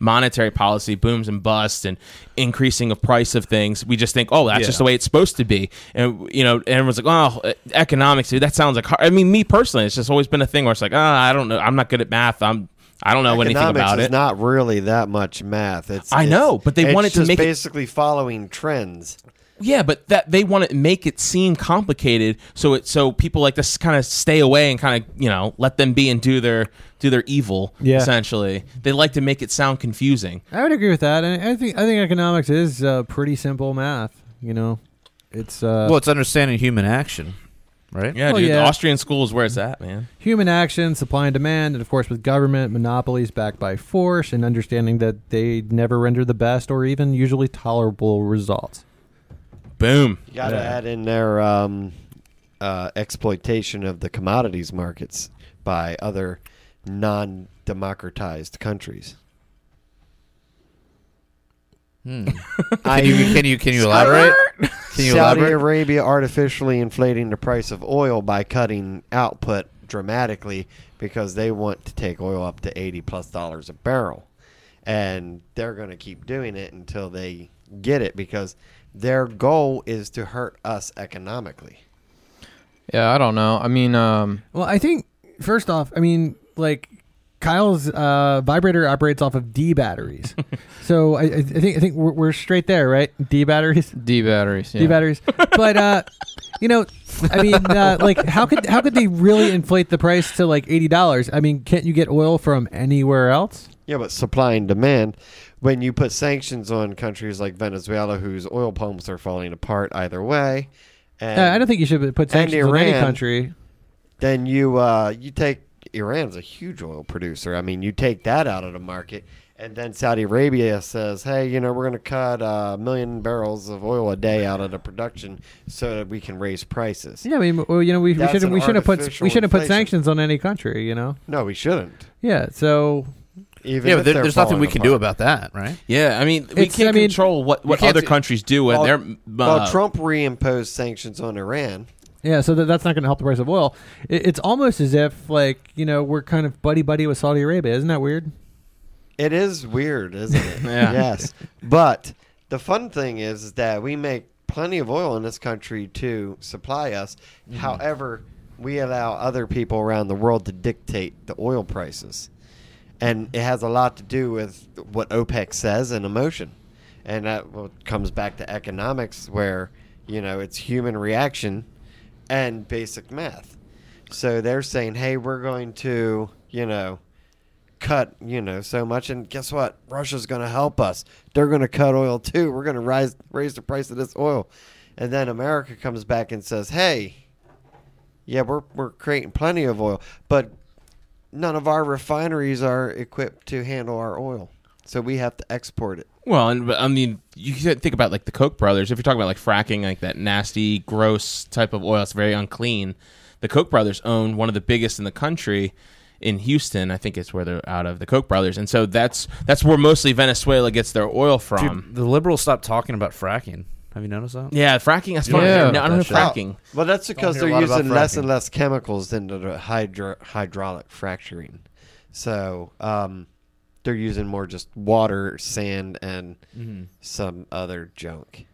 Speaker 6: monetary policy booms and busts and increasing of price of things we just think oh that's
Speaker 3: Yeah.
Speaker 6: just the way it's supposed to be and you know everyone's like oh uh, economics dude that sounds like hard. i mean me personally it's just always been a thing where it's like oh, i don't know i'm not good at math i'm i don't know anything
Speaker 5: Economics
Speaker 6: about
Speaker 5: is
Speaker 6: it
Speaker 5: not really that much math. It's
Speaker 6: I
Speaker 5: it's-
Speaker 6: know, but they
Speaker 5: it's
Speaker 6: wanted to
Speaker 5: just
Speaker 6: make it-
Speaker 5: basically following trends.
Speaker 6: Yeah, but that they want to make it seem complicated, so it so people like this kind of stay away and kind of you know let them be and do their do their evil.
Speaker 2: Yeah.
Speaker 6: essentially, they like to make it sound confusing.
Speaker 2: I would agree with that. And I think I think economics is uh, pretty simple math. You know, it's uh,
Speaker 3: well, it's understanding human action, right?
Speaker 6: Yeah,
Speaker 2: Well,
Speaker 6: dude,
Speaker 2: Oh, yeah.
Speaker 6: the Austrian school is where it's at, man.
Speaker 2: human action, supply and demand, and of course with government monopolies backed by force, and understanding that they never render the best or even usually tolerable results.
Speaker 6: Boom.
Speaker 5: You got to
Speaker 6: Yeah.
Speaker 5: add in their um, uh, exploitation of the commodities markets by other non-democratized countries.
Speaker 3: Can you can you can you elaborate? Can you
Speaker 5: Saudi
Speaker 3: elaborate?
Speaker 5: Arabia artificially inflating the price of oil by cutting output dramatically because they want to take oil up to 80 plus dollars a barrel. And they're going to keep doing it until they get it because their goal is to hurt us economically.
Speaker 4: Yeah, I don't know. I mean, um,
Speaker 2: Well, I think first off, I mean, like Kyle's uh, vibrator operates off of D batteries, so I, I I think I think we're, we're straight there, right? D batteries.
Speaker 4: D batteries. Yeah.
Speaker 2: D batteries. But uh, you know, I mean, uh, like how could how could they really inflate the price to like eighty dollars? I mean, can't you get oil from anywhere else?
Speaker 5: Yeah, but supply and demand. When you put sanctions on countries like Venezuela, whose oil pumps are falling apart either way, and
Speaker 2: Uh, I don't think you should put sanctions on any
Speaker 5: Iran.
Speaker 2: country.
Speaker 5: then you uh, you take Iran's a huge oil producer. I mean, you take that out of the market, and then Saudi Arabia says, "Hey, you know, we're going to cut uh, a million barrels of oil a day out of the production so that we can raise prices."
Speaker 2: Yeah, I mean, well, you know, we, we
Speaker 5: That's
Speaker 2: shouldn't
Speaker 5: an
Speaker 2: we shouldn't put
Speaker 5: artificial
Speaker 2: we shouldn't put
Speaker 5: inflation.
Speaker 2: sanctions on any country. You know,
Speaker 5: No, we shouldn't.
Speaker 2: yeah. So
Speaker 5: Even
Speaker 3: Yeah,
Speaker 5: if
Speaker 3: but there,
Speaker 5: they're
Speaker 3: there's nothing
Speaker 5: falling
Speaker 3: we can do
Speaker 5: apart.
Speaker 3: about that, right?
Speaker 6: Yeah, I mean, we
Speaker 2: It's-
Speaker 6: can't
Speaker 2: I mean-
Speaker 6: control what, what
Speaker 3: can't
Speaker 6: other
Speaker 3: do-
Speaker 6: countries do, and
Speaker 5: Well,
Speaker 6: they're uh,
Speaker 5: Well, Trump reimposed sanctions on Iran.
Speaker 2: Yeah, so that that's not going to help the price of oil. It, it's almost as if like you know we're kind of buddy buddy with Saudi Arabia. Isn't that weird?
Speaker 5: It is weird, isn't it?
Speaker 6: Yeah.
Speaker 5: Yes. But the fun thing is that we make plenty of oil in this country to supply us. However, we allow other people around the world to dictate the oil prices. And it has a lot to do with what OPEC says and emotion. And that well, comes back to economics where, you know, it's human reaction and basic math. So they're saying, hey, we're going to, you know, cut, you know, so much. And guess what? Russia's going to help us. They're going to cut oil too. We're going to rise raise the price of this oil. And then America comes back and says, "Hey, yeah, we're we're creating plenty of oil, but none of our refineries are equipped to handle our oil, so we have to export it."
Speaker 6: Well, and but, I mean, you can think about like the Koch brothers. If you're talking about like fracking, like that nasty, gross type of oil, it's very unclean. The Koch brothers own one of the biggest in the country in Houston. I think it's where they're out of the Koch brothers, and so that's that's where mostly Venezuela gets their oil from.
Speaker 3: Dude, the liberals stopped talking about fracking. Have you noticed that?
Speaker 6: Yeah, fracking. That's funny.
Speaker 4: Yeah.
Speaker 6: No, I don't know
Speaker 3: That shit.
Speaker 6: fracking.
Speaker 5: Well, that's because
Speaker 3: hear a
Speaker 5: they're
Speaker 3: lot about
Speaker 5: using less
Speaker 3: fracking.
Speaker 5: and less chemicals than the hydro- hydraulic fracturing. So um, they're using more just water, sand, and some other junk.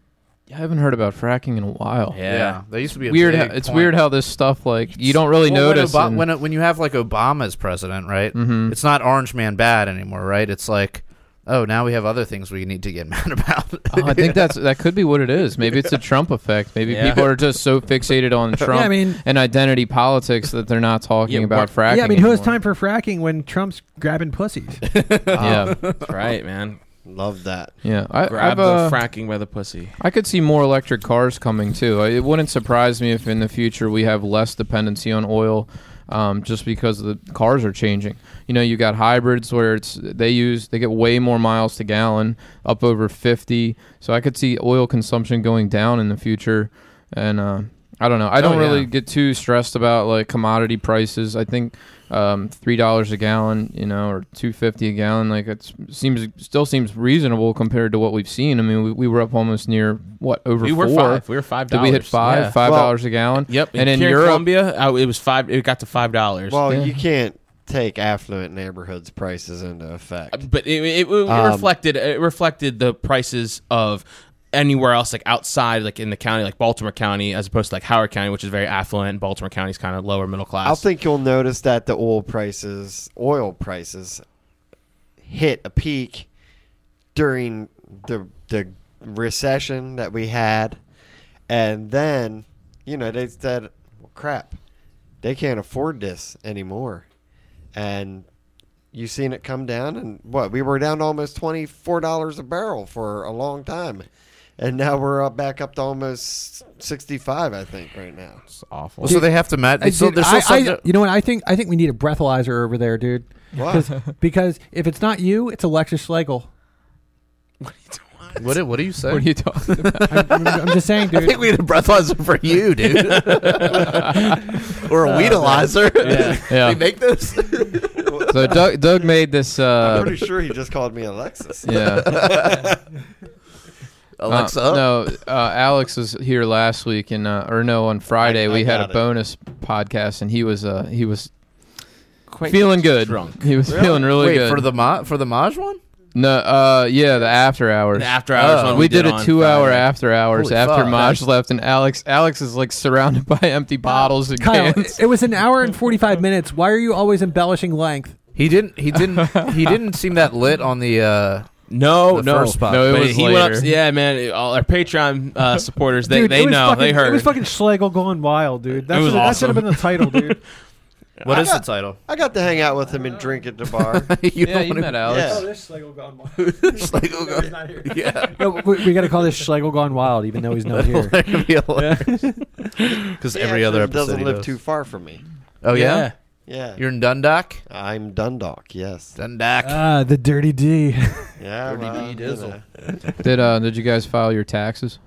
Speaker 4: I haven't heard about fracking in a while.
Speaker 6: Yeah.
Speaker 3: Yeah. They used to be a
Speaker 4: Weird. How,
Speaker 3: big
Speaker 4: it's
Speaker 3: point.
Speaker 4: weird how this stuff like you don't really
Speaker 3: Well,
Speaker 4: notice.
Speaker 3: when, Oba-
Speaker 4: and- Mm-hmm.
Speaker 3: when, when you have like Obama as president, right? It's not Orange Man bad anymore, right? It's like, oh, now we have other things we need to get mad about.
Speaker 4: Oh, I think that's that could be what it is. Maybe it's a Trump effect. Maybe
Speaker 6: Yeah.
Speaker 4: people are just so fixated on Trump
Speaker 2: I mean-
Speaker 4: and identity politics that they're not talking
Speaker 6: Yeah,
Speaker 4: about fracking.
Speaker 2: yeah, I mean, who has
Speaker 4: anymore.
Speaker 2: time for fracking when Trump's grabbing pussies?
Speaker 4: Yeah,
Speaker 6: That's right, man.
Speaker 5: Love that.
Speaker 4: yeah. I,
Speaker 6: Grab
Speaker 4: I've,
Speaker 6: the
Speaker 4: uh,
Speaker 6: fracking by the pussy.
Speaker 4: I could see more electric cars coming too. I- It wouldn't surprise me if in the future we have less dependency on oil, um, just because the cars are changing. You know, you got hybrids where it's they use they get way more miles to gallon, up over fifty. So I could see oil consumption going down in the future, and uh, I don't know. I don't
Speaker 3: Oh, yeah.
Speaker 4: really get too stressed about like commodity prices. I think um, three dollars a gallon, you know, or two fifty a gallon. Like it seems still seems reasonable compared to what we've seen. I mean, we, we were up almost near what over
Speaker 6: We
Speaker 4: four.
Speaker 6: were five. We were five.
Speaker 4: Did we hit five?
Speaker 6: Yeah.
Speaker 4: Five
Speaker 5: Well-
Speaker 4: dollars a gallon.
Speaker 6: Yep.
Speaker 4: And in
Speaker 6: here
Speaker 4: Europe,
Speaker 6: Colombia, uh, it was five. It got to five dollars.
Speaker 5: Well,
Speaker 4: Yeah.
Speaker 5: you can't take affluent neighborhoods prices into effect.
Speaker 6: but it, it, it
Speaker 5: Um,
Speaker 6: reflected it reflected the prices of anywhere else like outside like in the county like baltimore county as opposed to like howard county which is very affluent and baltimore county is kind of lower middle class
Speaker 5: I think you'll notice that the oil prices, oil prices, hit a peak during the the recession that we had, and then you know they said, well, "Crap, they can't afford this anymore," and you seen it come down and what we were down to almost twenty four dollars a barrel for a long time. And now we're up back up to almost sixty-five, I think, right now.
Speaker 6: it's awful
Speaker 3: Well, so they have to match.
Speaker 2: I-
Speaker 3: So
Speaker 2: dude,
Speaker 3: they're still
Speaker 2: I- I-
Speaker 3: subject-
Speaker 2: you know what? I think I think we need a breathalyzer over there, dude.
Speaker 5: Wow.
Speaker 2: Because if it's not you, it's Alexis Schlegel.
Speaker 3: what, did- what do you say?
Speaker 4: What are you talking about?
Speaker 2: I'm, I'm just saying,
Speaker 3: I think
Speaker 2: dude.
Speaker 3: we need a breathalyzer for you, dude, or a weedalizer.
Speaker 4: Oh, Yeah. Uh,
Speaker 3: they make those.
Speaker 4: so Doug, Doug made this.
Speaker 5: I'm
Speaker 4: Uh,
Speaker 5: pretty sure he just called me Alexis.
Speaker 4: yeah.
Speaker 3: Alexa,
Speaker 4: Uh,
Speaker 3: up.
Speaker 4: no, uh, Alex was here last week, and uh, or no, on Friday
Speaker 5: I- I
Speaker 4: we had a
Speaker 5: got it.
Speaker 4: bonus podcast, and he was uh, he was feeling good.
Speaker 6: drunk.
Speaker 4: He was feeling really
Speaker 3: Wait
Speaker 4: good.
Speaker 3: for the mo- for the Maj one.
Speaker 4: no, uh, yeah, the after hours.
Speaker 6: The after hours
Speaker 3: Oh.
Speaker 6: one
Speaker 4: we did,
Speaker 6: on
Speaker 4: a two-hour
Speaker 6: Friday.
Speaker 4: after hours
Speaker 3: Holy
Speaker 4: after
Speaker 3: fuck.
Speaker 4: Maj left, and Alex Alex is like surrounded by empty bottles and
Speaker 2: Kyle,
Speaker 4: cans.
Speaker 2: it was an hour and forty five minutes. Why are you always embellishing length?
Speaker 3: He didn't. He didn't. he didn't seem that lit on the. Uh,
Speaker 6: no
Speaker 3: The
Speaker 6: no
Speaker 3: first spot.
Speaker 4: No, it
Speaker 6: But
Speaker 4: was
Speaker 6: he went up,
Speaker 4: later.
Speaker 6: yeah man it- all our patreon uh, supporters they,
Speaker 7: Dude, it
Speaker 6: they
Speaker 7: was
Speaker 6: know
Speaker 7: fucking-
Speaker 6: they heard
Speaker 7: It was fucking Schlegel going wild, dude. That
Speaker 6: It
Speaker 7: should
Speaker 6: was
Speaker 7: that should have
Speaker 6: awesome.
Speaker 7: been the title, dude.
Speaker 3: what
Speaker 5: I
Speaker 3: is
Speaker 5: got-
Speaker 3: the title?
Speaker 5: I got to hang out with him and drink at the bar.
Speaker 3: you
Speaker 4: yeah, you
Speaker 3: wanna-
Speaker 4: met Alex.
Speaker 5: Yeah.
Speaker 7: Oh, this Schlegel gone wild.
Speaker 3: It's like, oh, God. Yeah.
Speaker 2: No, we, we got to call this Schlegel gone wild, even though he's not here.
Speaker 3: Because
Speaker 5: He
Speaker 3: every other
Speaker 5: actually
Speaker 3: episode
Speaker 5: doesn't
Speaker 3: he
Speaker 5: live
Speaker 3: does.
Speaker 5: too far from me.
Speaker 3: Oh yeah?
Speaker 5: Yeah,
Speaker 3: you're in Dundalk.
Speaker 5: I'm Dundalk. Yes.
Speaker 3: Dundalk.
Speaker 4: Uh,
Speaker 2: Ah, the dirty D.
Speaker 5: Yeah.
Speaker 3: Dirty
Speaker 5: well,
Speaker 3: D
Speaker 5: you
Speaker 3: Dizzle.
Speaker 5: know.
Speaker 4: Did uh, did you guys file your taxes?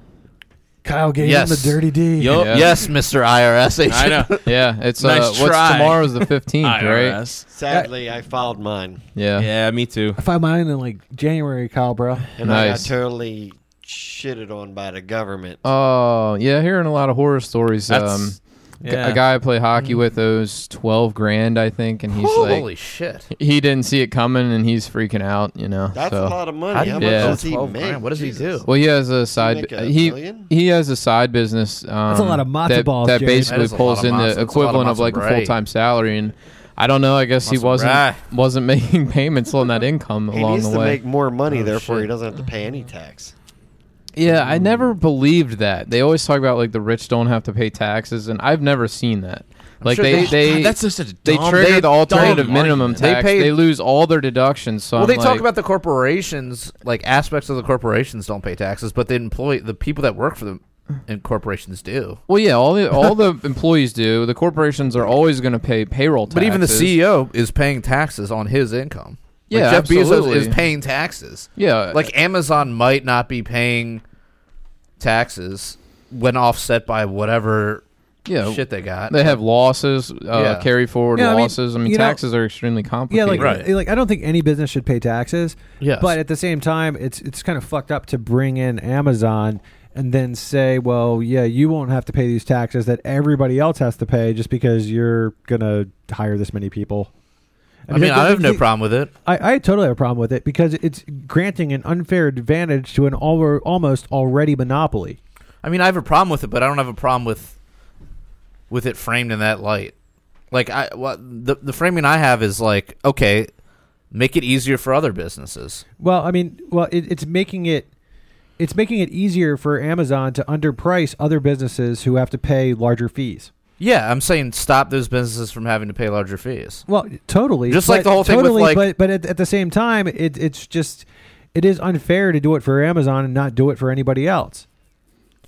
Speaker 2: Kyle gave
Speaker 3: Yes.
Speaker 2: him the dirty D.
Speaker 6: Yup.
Speaker 4: Yeah.
Speaker 3: Yes, Mr. IRS agent.
Speaker 6: i know
Speaker 4: Yeah, it's
Speaker 6: Nice
Speaker 4: uh,
Speaker 6: try.
Speaker 4: what's tomorrow's the fifteenth, right?
Speaker 6: IRS.
Speaker 5: Sadly, I filed mine,
Speaker 4: Yeah.
Speaker 6: yeah me too
Speaker 2: I found mine in like January, Kyle, bro.
Speaker 5: and
Speaker 4: Nice.
Speaker 5: I got totally shitted on by the government.
Speaker 4: Oh yeah, hearing a lot of horror stories.
Speaker 6: That's-
Speaker 4: um, G-
Speaker 6: Yeah.
Speaker 4: A guy I play hockey with owes twelve grand, I think, and he's like,
Speaker 3: Holy shit.
Speaker 4: he didn't see it coming, and he's freaking out. You know,
Speaker 5: That's
Speaker 4: so.
Speaker 5: a lot of
Speaker 3: How
Speaker 5: money.
Speaker 3: do
Speaker 5: How
Speaker 3: you
Speaker 5: much
Speaker 4: make
Speaker 5: does he
Speaker 3: 12
Speaker 5: make?
Speaker 3: grand? What does he
Speaker 5: Jesus.
Speaker 3: do?
Speaker 4: Well, he has a side.
Speaker 5: make a
Speaker 4: He
Speaker 5: billion?
Speaker 4: he has a side business. Um,
Speaker 2: lot of matzo
Speaker 4: that,
Speaker 2: balls,
Speaker 4: that
Speaker 2: Jared.
Speaker 4: basically
Speaker 3: That is a lot
Speaker 4: pulls
Speaker 3: of
Speaker 4: in
Speaker 3: matzo- that's a
Speaker 4: the
Speaker 3: lot of
Speaker 4: equivalent of
Speaker 3: matzo
Speaker 4: like a
Speaker 3: brie.
Speaker 4: full time salary, and I don't know. I guess he
Speaker 3: Matzo
Speaker 4: wasn't
Speaker 3: brie.
Speaker 4: wasn't making payments on that income
Speaker 5: He
Speaker 4: along
Speaker 5: needs
Speaker 4: the
Speaker 5: to
Speaker 4: way.
Speaker 5: make more money, therefore he
Speaker 3: Oh, shit.
Speaker 5: doesn't have to pay any tax.
Speaker 4: yeah, I never believed that. They always talk about like the rich don't have to pay taxes, and I've never seen that. Like
Speaker 3: sure they-
Speaker 4: they they
Speaker 6: God, that's such a dumb,
Speaker 4: they trigger the
Speaker 6: dumb
Speaker 4: alternative
Speaker 6: argument.
Speaker 4: minimum
Speaker 3: They
Speaker 4: tax. They,
Speaker 3: pay-
Speaker 4: lose all their deductions. So
Speaker 3: Well,
Speaker 4: I'm
Speaker 3: they
Speaker 4: like-
Speaker 3: talk about the corporations, like aspects of the corporations don't pay taxes, but the employ the people that work for them in corporations do.
Speaker 4: Well, yeah, all the all the employees do. The corporations are always going to pay payroll taxes.
Speaker 3: But even the E CEO is paying taxes on his income. Like,
Speaker 4: Yeah,
Speaker 3: Jeff
Speaker 4: absolutely.
Speaker 3: Bezos is paying taxes.
Speaker 4: Yeah,
Speaker 3: Like Amazon might not be paying taxes when offset by whatever
Speaker 4: yeah,
Speaker 3: shit they got.
Speaker 4: They have losses, uh,
Speaker 3: Yeah.
Speaker 4: carry forward
Speaker 2: Yeah, I mean,
Speaker 4: losses. I mean,
Speaker 2: you know-
Speaker 4: taxes are extremely
Speaker 2: Yeah,
Speaker 4: complicated.
Speaker 2: like eh,
Speaker 3: Right.
Speaker 2: like I don't think any business should pay taxes.
Speaker 3: Yes.
Speaker 2: But at the same time, it's it's kind of fucked up to bring in Amazon and then say, well, yeah, you won't have to pay these taxes that everybody else has to pay just because you're gonna hire this many people.
Speaker 3: I mean,
Speaker 2: it
Speaker 3: I have no
Speaker 2: doesn't-
Speaker 3: problem with it.
Speaker 2: I, I totally have a problem with it because it's granting an unfair advantage to an al- almost already monopoly.
Speaker 3: I mean, I have a problem with it, but I don't have a problem with with it framed in that light. Like I what the the framing I have is like, okay, make it easier for other businesses.
Speaker 2: Well, I mean, well, it, it's making it it's making it easier for Amazon to underprice other businesses who have to pay larger fees.
Speaker 3: Yeah, I'm saying stop those businesses from having to pay larger fees.
Speaker 2: Well, totally.
Speaker 3: Just like
Speaker 2: but-
Speaker 3: the whole thing with,
Speaker 2: totally,
Speaker 3: like-
Speaker 2: but but at, at the same time, it, it's just it is unfair to do it for Amazon and not do it for anybody else.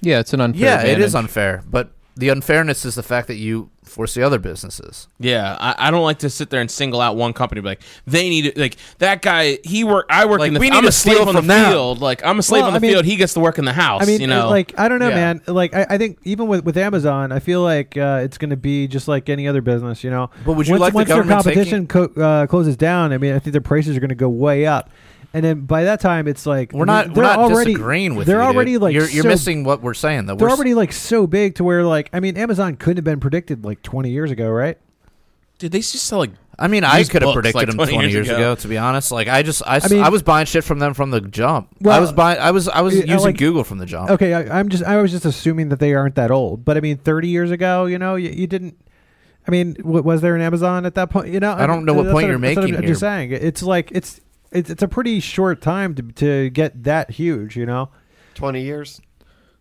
Speaker 4: yeah, it's an unfair.
Speaker 3: Yeah, it is
Speaker 4: advantage.
Speaker 3: unfair, but the unfairness is the fact that you force the other businesses.
Speaker 6: Yeah, I, I don't like to sit there and single out one company. But like they need to, like that guy. He work. I work
Speaker 3: Like,
Speaker 6: in the.
Speaker 3: we need
Speaker 6: I'm
Speaker 3: to
Speaker 6: a slave
Speaker 3: steal
Speaker 6: on the
Speaker 3: from them.
Speaker 6: field. Like I'm a slave
Speaker 2: Well,
Speaker 6: on the
Speaker 2: I mean-
Speaker 6: field. He gets to work in the house.
Speaker 2: I mean, uh,
Speaker 6: you know,
Speaker 2: like I don't know,
Speaker 6: Yeah.
Speaker 2: man. Like I, I think even with with Amazon, I feel like uh, it's going to be just like any other business. You know,
Speaker 3: But would you
Speaker 2: once,
Speaker 3: like the
Speaker 2: once their
Speaker 3: government
Speaker 2: competition co- uh, closes down? I mean, I think their prices are going to go way up. And then by that time, it's like
Speaker 3: We're not
Speaker 2: they're
Speaker 3: we're not
Speaker 2: already,
Speaker 3: disagreeing with
Speaker 2: they're
Speaker 3: you. dude.
Speaker 2: already like
Speaker 3: you're, you're
Speaker 2: so-
Speaker 3: missing what we're saying though.
Speaker 2: They're
Speaker 3: We're s-
Speaker 2: already like so big to where like I mean, Amazon couldn't have been predicted like twenty years ago, right?
Speaker 6: dude, they just sell like
Speaker 3: I mean, I
Speaker 6: used
Speaker 3: could have
Speaker 6: books,
Speaker 3: predicted
Speaker 6: like,
Speaker 3: them
Speaker 6: 20
Speaker 3: 20 years,
Speaker 6: years
Speaker 3: ago.
Speaker 6: ago.
Speaker 3: To be honest, like I just, I, s-
Speaker 2: I mean-
Speaker 3: I was buying shit from them from the jump. I
Speaker 2: Well,
Speaker 3: was buying, I was, I was
Speaker 2: yeah,
Speaker 3: using
Speaker 2: like- Oh.
Speaker 3: Google from the jump.
Speaker 2: Okay, I, I'm just I was just assuming that they aren't that old, but I mean, 30 years ago, you know, you, you didn't. I mean, w- was there an Amazon at that point? You know,
Speaker 3: I don't know what
Speaker 2: that's
Speaker 3: point
Speaker 2: I'm-
Speaker 3: you're
Speaker 2: that's what
Speaker 3: making
Speaker 2: I'm, I'm just saying it's like it's it's it's a pretty short time to to get that huge, you know.
Speaker 5: Twenty years.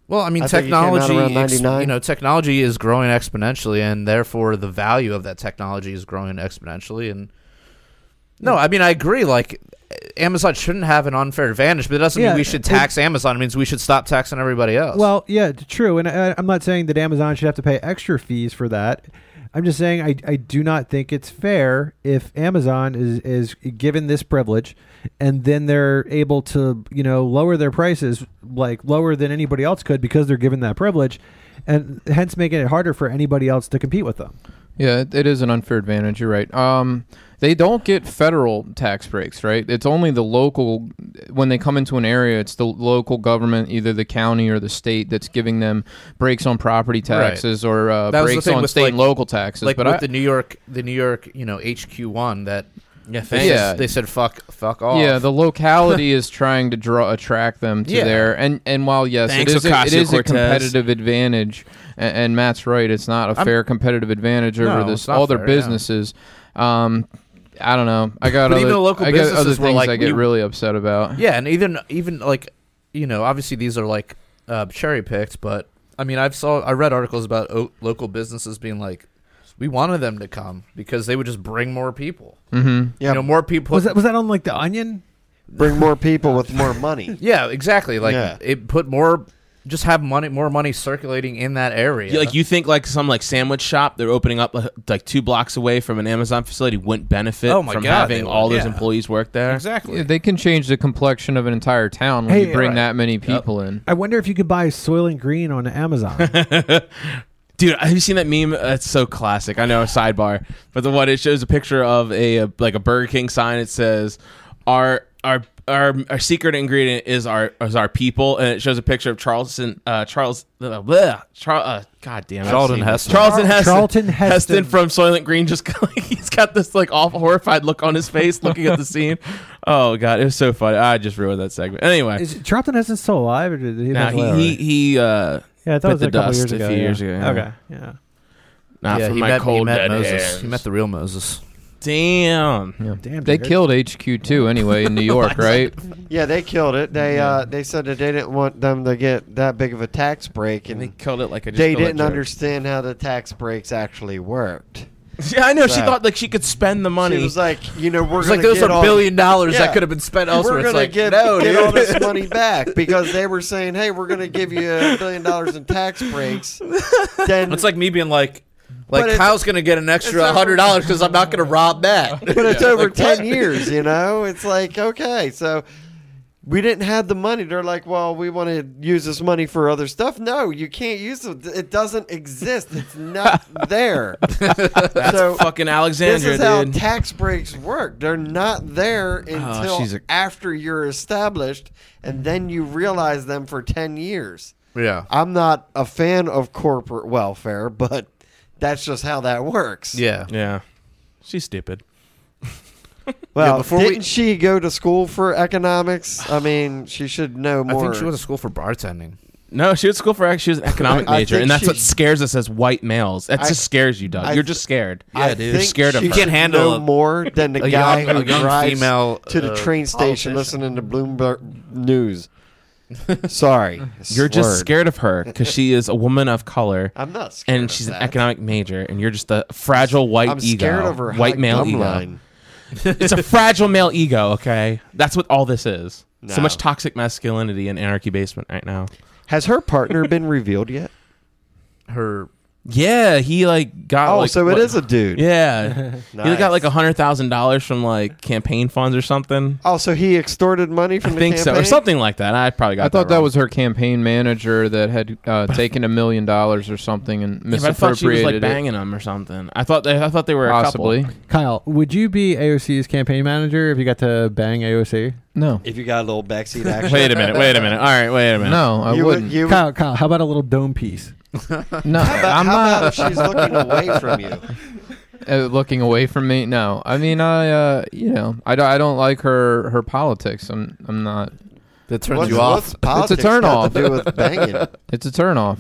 Speaker 3: Well, I mean,
Speaker 5: I think it came out
Speaker 3: technology,
Speaker 5: around
Speaker 3: ex-
Speaker 5: 99.
Speaker 3: you know, technology is growing exponentially, and therefore the value of that technology is growing exponentially. And no, I mean, I agree. Like Amazon shouldn't have an unfair advantage, but it doesn't
Speaker 2: Yeah,
Speaker 3: mean we should
Speaker 2: it-
Speaker 3: tax Amazon. It means we should stop taxing everybody else.
Speaker 2: Well, yeah, t- true, and I, I'm not saying that Amazon should have to pay extra fees for that. I'm just saying I, I do not think it's fair if Amazon is is given this privilege, and then they're able to you know lower their prices like lower than anybody else could because they're given that privilege, and hence making it harder for anybody else to compete with them.
Speaker 4: Yeah, it, it is an unfair advantage. You're right. Um, they don't get federal tax breaks, right? It's only the local when they come into an area. It's the local government, either the county or the state, that's giving them breaks on property taxes or uh,
Speaker 3: That was the
Speaker 4: breaks
Speaker 3: thing
Speaker 4: on
Speaker 3: with,
Speaker 4: state and
Speaker 3: like-
Speaker 4: local taxes.
Speaker 3: like
Speaker 4: but
Speaker 3: with
Speaker 4: I,
Speaker 3: the New York, the New York, you know, HQ one that
Speaker 6: yeah,
Speaker 3: they,
Speaker 6: thanks.
Speaker 4: Yeah.
Speaker 3: said, they said fuck, fuck off.
Speaker 4: Yeah, the locality is trying to draw attract them to
Speaker 3: Yeah.
Speaker 4: there, and and while yes,
Speaker 6: Thanks,
Speaker 4: it is a, it is a
Speaker 6: Ocasio-Cortez.
Speaker 4: competitive advantage, and, and Matt's right, it's not a
Speaker 3: I'm-
Speaker 4: fair competitive advantage over
Speaker 3: No,
Speaker 4: this
Speaker 3: it's not
Speaker 4: all their
Speaker 3: fair, yeah.
Speaker 4: businesses. Um, I don't know. I got
Speaker 3: But
Speaker 4: other,
Speaker 3: even the local
Speaker 4: I got other
Speaker 3: businesses were
Speaker 4: things
Speaker 3: like,
Speaker 4: I get
Speaker 3: we-
Speaker 4: really upset about.
Speaker 3: Yeah, and even even like you know, obviously these are like uh, cherry picked, but I mean, I've saw I read articles about o- local businesses being like, we wanted them to come because they would just bring more people.
Speaker 4: Mm-hmm.
Speaker 5: Yeah,
Speaker 3: You know, more people.
Speaker 2: Was that was that on like the Onion?
Speaker 5: bring more people with more money.
Speaker 3: yeah, exactly. Like
Speaker 5: Yeah.
Speaker 3: it put more, just have money, more money circulating in that area.
Speaker 6: You- Like you think like some like sandwich shop they're opening up uh, like two blocks away from an Amazon facility wouldn't benefit
Speaker 3: Oh my
Speaker 6: from
Speaker 3: God, they
Speaker 6: having
Speaker 3: would,
Speaker 6: all those
Speaker 3: yeah.
Speaker 6: employees work there.
Speaker 3: exactly.
Speaker 4: They can change the complexion of an entire town when
Speaker 2: Hey,
Speaker 4: you bring
Speaker 2: right.
Speaker 4: that many people in.
Speaker 2: I wonder if you could buy Soil and Green on Amazon.
Speaker 6: Dude, have you seen that meme? Uh, It's so classic. I know a sidebar, but the one it shows a picture of a, uh like a Burger King sign. It says, "Our our our our secret ingredient is our is our people, and it shows a picture of Charleston uh, Charles uh, bleh, Char, uh, God damn it,
Speaker 3: Charlton Heston.
Speaker 6: Charlton Heston,
Speaker 2: Charlton Heston.
Speaker 6: from Soylent Green. Just like, he's got this like awful horrified look on his face, looking at the scene. Oh God, it was so funny. I just ruined that segment. Anyway,
Speaker 2: Is Charlton Heston still alive? Or did he
Speaker 6: now
Speaker 2: pass away
Speaker 6: he he, he uh,
Speaker 7: Yeah, I
Speaker 6: Bit
Speaker 7: thought it was
Speaker 6: the
Speaker 7: a couple
Speaker 6: dust
Speaker 7: years
Speaker 6: a
Speaker 7: ago.
Speaker 6: few
Speaker 7: yeah.
Speaker 6: years ago, yeah.
Speaker 7: Okay. Yeah.
Speaker 6: not
Speaker 3: yeah,
Speaker 6: for
Speaker 3: he
Speaker 6: my
Speaker 3: met,
Speaker 6: cold
Speaker 3: he met
Speaker 6: dead
Speaker 3: Moses.
Speaker 6: hairs.
Speaker 3: He met the real Moses.
Speaker 6: Damn.
Speaker 4: Yeah.
Speaker 2: Damn,
Speaker 4: they
Speaker 2: dude.
Speaker 4: killed HQ two anyway in New York, right?
Speaker 5: Yeah, they killed it. They uh, they said that they didn't want them to get that big of a tax break,
Speaker 6: And
Speaker 5: and
Speaker 6: they killed it like I just
Speaker 5: they
Speaker 6: killed that
Speaker 5: didn't
Speaker 6: joke.
Speaker 5: understand how the tax breaks actually worked.
Speaker 6: Yeah, I know. She
Speaker 5: So-
Speaker 6: thought like she could spend the money.
Speaker 5: She was like, you know, we're
Speaker 3: It's
Speaker 5: gonna
Speaker 3: like there's
Speaker 5: get
Speaker 3: a
Speaker 5: all-
Speaker 3: billion dollars
Speaker 5: Yeah.
Speaker 3: that could have been spent elsewhere.
Speaker 5: We're
Speaker 3: It's
Speaker 5: gonna
Speaker 3: like
Speaker 5: get,
Speaker 3: no,
Speaker 5: get
Speaker 3: dude.
Speaker 5: all this money back because they were saying, "Hey, we're gonna give you a billion dollars in tax breaks." Then
Speaker 3: It's like me being like, like
Speaker 5: it's-
Speaker 3: Kyle's gonna get an extra
Speaker 5: it's over-
Speaker 3: hundred dollars because I'm not gonna rob Matt.
Speaker 5: but it's over 10 years, you know? It's like, okay, so we didn't have the money. They're like, well, we want to use this money for other stuff. No, you can't use it. It doesn't exist. It's not there. so
Speaker 6: fucking Alexandra,
Speaker 5: this is how
Speaker 6: dude. Oh,
Speaker 5: tax breaks work. They're not there until
Speaker 6: she's a-
Speaker 5: after you're established, and then you realize them for 10 years.
Speaker 3: yeah,
Speaker 5: I'm not a fan of corporate welfare, but that's just how that works.
Speaker 3: yeah.
Speaker 6: yeah, she's stupid.
Speaker 5: Well,
Speaker 3: Yeah, before we-
Speaker 5: didn't she go to school for economics? I mean, she should know
Speaker 3: I
Speaker 5: more.
Speaker 3: think she went to school for bartending.
Speaker 6: No, she was school for she was an economic
Speaker 5: I
Speaker 6: major,
Speaker 5: think
Speaker 6: and that's
Speaker 5: she-
Speaker 6: what scares us as white males. That
Speaker 5: I-
Speaker 6: just scares you, Doug.
Speaker 5: I
Speaker 6: You're
Speaker 5: th-
Speaker 6: just scared.
Speaker 5: I
Speaker 3: Yeah, dude.
Speaker 5: think
Speaker 6: Scared of
Speaker 5: she
Speaker 6: her.
Speaker 5: should
Speaker 3: You can't handle
Speaker 5: know
Speaker 3: a-
Speaker 5: more than the
Speaker 3: a
Speaker 5: guy
Speaker 3: young-
Speaker 5: who
Speaker 3: a young
Speaker 5: drives
Speaker 3: female,
Speaker 5: to the
Speaker 3: uh,
Speaker 5: train station
Speaker 3: politician.
Speaker 5: listening to Bloomberg News. Sorry,
Speaker 6: You're just
Speaker 5: slurred.
Speaker 6: scared of her because she is a woman of color,
Speaker 5: I'm not scared.
Speaker 6: and
Speaker 5: of
Speaker 6: she's an
Speaker 5: that.
Speaker 6: economic major, and you're just a fragile white
Speaker 5: I'm
Speaker 6: ego,
Speaker 5: scared of her
Speaker 6: white
Speaker 5: high
Speaker 6: male
Speaker 5: gum
Speaker 6: ego.
Speaker 5: line.
Speaker 6: It's a fragile male ego. Okay, that's what all this is. So
Speaker 5: No.
Speaker 6: much toxic masculinity in anarchy basement right now.
Speaker 5: Has her partner been revealed yet?
Speaker 3: Her
Speaker 6: Yeah, he like got.
Speaker 5: Oh,
Speaker 6: like,
Speaker 5: so it
Speaker 6: what-
Speaker 5: is a dude.
Speaker 6: Yeah, he got
Speaker 5: Nice.
Speaker 6: like a hundred thousand dollars from like campaign funds or something.
Speaker 5: Oh, so he extorted money
Speaker 6: I
Speaker 5: from the
Speaker 6: think so,
Speaker 5: campaign?
Speaker 6: or something like that. I probably got.
Speaker 4: I thought that
Speaker 6: wrong.
Speaker 4: was her campaign manager that had uh, taken a million dollars or something and
Speaker 6: Yeah, but I thought she was like
Speaker 4: misappropriated it.
Speaker 6: banging him or something. I thought they, I thought they were A
Speaker 4: Possibly.
Speaker 6: couple.
Speaker 2: Kyle, would you be AOC's campaign manager if you got to bang AOC?
Speaker 4: No.
Speaker 5: If you got a little backseat action,
Speaker 6: Wait a minute. Wait a minute. All right. Wait a minute.
Speaker 4: No, I
Speaker 5: you
Speaker 4: wouldn't.
Speaker 5: Would, you would-
Speaker 2: Kyle, Kyle, how about a little dome piece?
Speaker 4: no,
Speaker 5: But
Speaker 4: I'm
Speaker 5: how about if
Speaker 4: not
Speaker 5: she's looking away from you?
Speaker 4: uh, looking away from me. No, I mean I, uh, you know, I, don't- I don't like her her politics. I'm I'm not.
Speaker 3: that turns
Speaker 5: What's-
Speaker 3: you off.
Speaker 5: what's politics
Speaker 4: turn
Speaker 5: got
Speaker 4: off.
Speaker 5: To do with banging.
Speaker 4: It's a turnoff.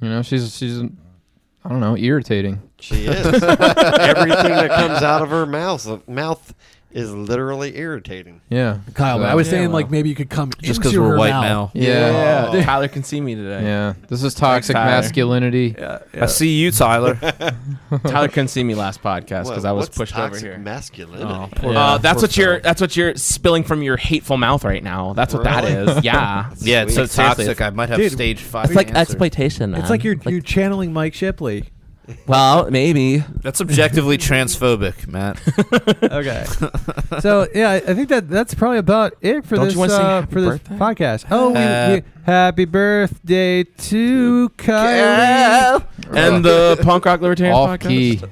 Speaker 4: You know, she's she's I don't know, irritating.
Speaker 5: She is. Everything that comes out of her mouth mouth is literally irritating.
Speaker 4: Yeah.
Speaker 2: Kyle, but
Speaker 4: So-
Speaker 2: I was
Speaker 6: Uh, Yeah,
Speaker 2: saying
Speaker 6: well.
Speaker 2: like maybe you could come
Speaker 3: Just
Speaker 2: because
Speaker 3: because we're white now.
Speaker 4: Yeah.
Speaker 6: Yeah. Oh, Tyler can see me
Speaker 4: Yeah.
Speaker 6: today.
Speaker 4: This is toxic
Speaker 6: Tyler.
Speaker 4: masculinity.
Speaker 3: I see you, Tyler.
Speaker 6: Tyler couldn't see me last podcast because I was
Speaker 5: What's
Speaker 6: pushed over
Speaker 5: toxic
Speaker 6: here.
Speaker 5: Masculinity.
Speaker 6: uh, that's what you're. That's what you're spilling from your hateful mouth right now. That's what that
Speaker 5: Really?
Speaker 6: is. Yeah.
Speaker 3: yeah, it's so
Speaker 5: Sweet.
Speaker 3: toxic. I might have
Speaker 2: Dude,
Speaker 3: stage five.
Speaker 6: It's like
Speaker 3: cancer.
Speaker 6: exploitation.
Speaker 2: It's like you're you're channeling Mike Shipley.
Speaker 6: well, maybe.
Speaker 3: That's objectively transphobic, Matt.
Speaker 2: Okay. so yeah, I I think that that's probably about it for
Speaker 6: Don't
Speaker 2: this
Speaker 6: you wanna sing
Speaker 2: uh,
Speaker 6: happy
Speaker 2: for this
Speaker 6: birthday?
Speaker 2: podcast. Oh, we,
Speaker 3: Uh,
Speaker 2: we- happy birthday to Kyle.
Speaker 3: yeah,
Speaker 6: And the punk rock libertarian
Speaker 4: Off
Speaker 6: podcast?
Speaker 4: key.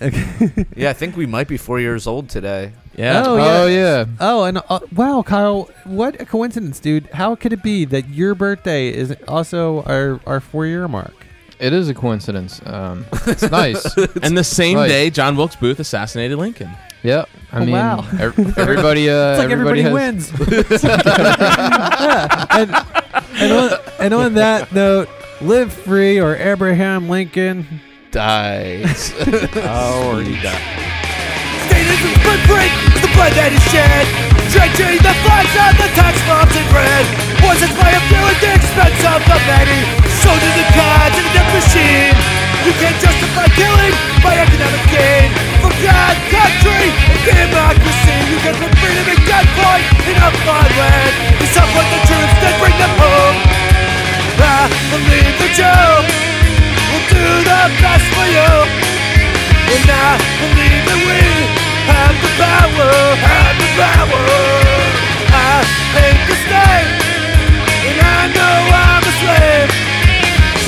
Speaker 3: I think we might be four years old today.
Speaker 6: Yeah.
Speaker 2: Oh, yeah.
Speaker 4: Oh yeah.
Speaker 2: Oh, and uh, wow, Kyle, what a coincidence, dude! How could it be that your birthday is also our our four year mark?
Speaker 4: It is a coincidence. Um, it's nice.
Speaker 6: and the same
Speaker 4: Right.
Speaker 6: day, John Wilkes Booth assassinated Lincoln.
Speaker 4: Yep. I
Speaker 2: Oh,
Speaker 4: mean,
Speaker 2: wow.
Speaker 4: ev- everybody. Uh,
Speaker 2: It's like everybody,
Speaker 4: has-
Speaker 2: wins. Yeah, and, and, on, and on that note, live free or Abraham Lincoln.
Speaker 3: Dies.
Speaker 6: Oh,
Speaker 3: Already died.
Speaker 1: State is a footprint, is the blood that is shed. Drenching the flags of the tax bombs in red. Was it my appeal at the expense of the many? Soldiers and cards in a death machine. You can't justify killing by economic gain. For God, country, and democracy, you can put freedom at gunpoint in a foreign land. You support the troops that bring them home. I believe the Joe will do the best for you. And I believe that we have the power, have the power. I hate the state, and I know I'm a slave.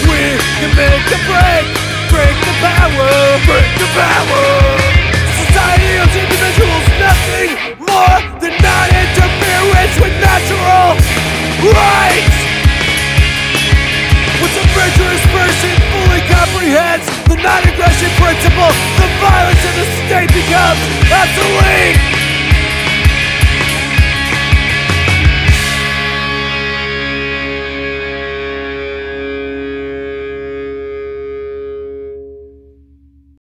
Speaker 1: We can make the break, break the power, break the power. Society of individuals, nothing more than not
Speaker 3: principle, the violence of the state becomes obsolete.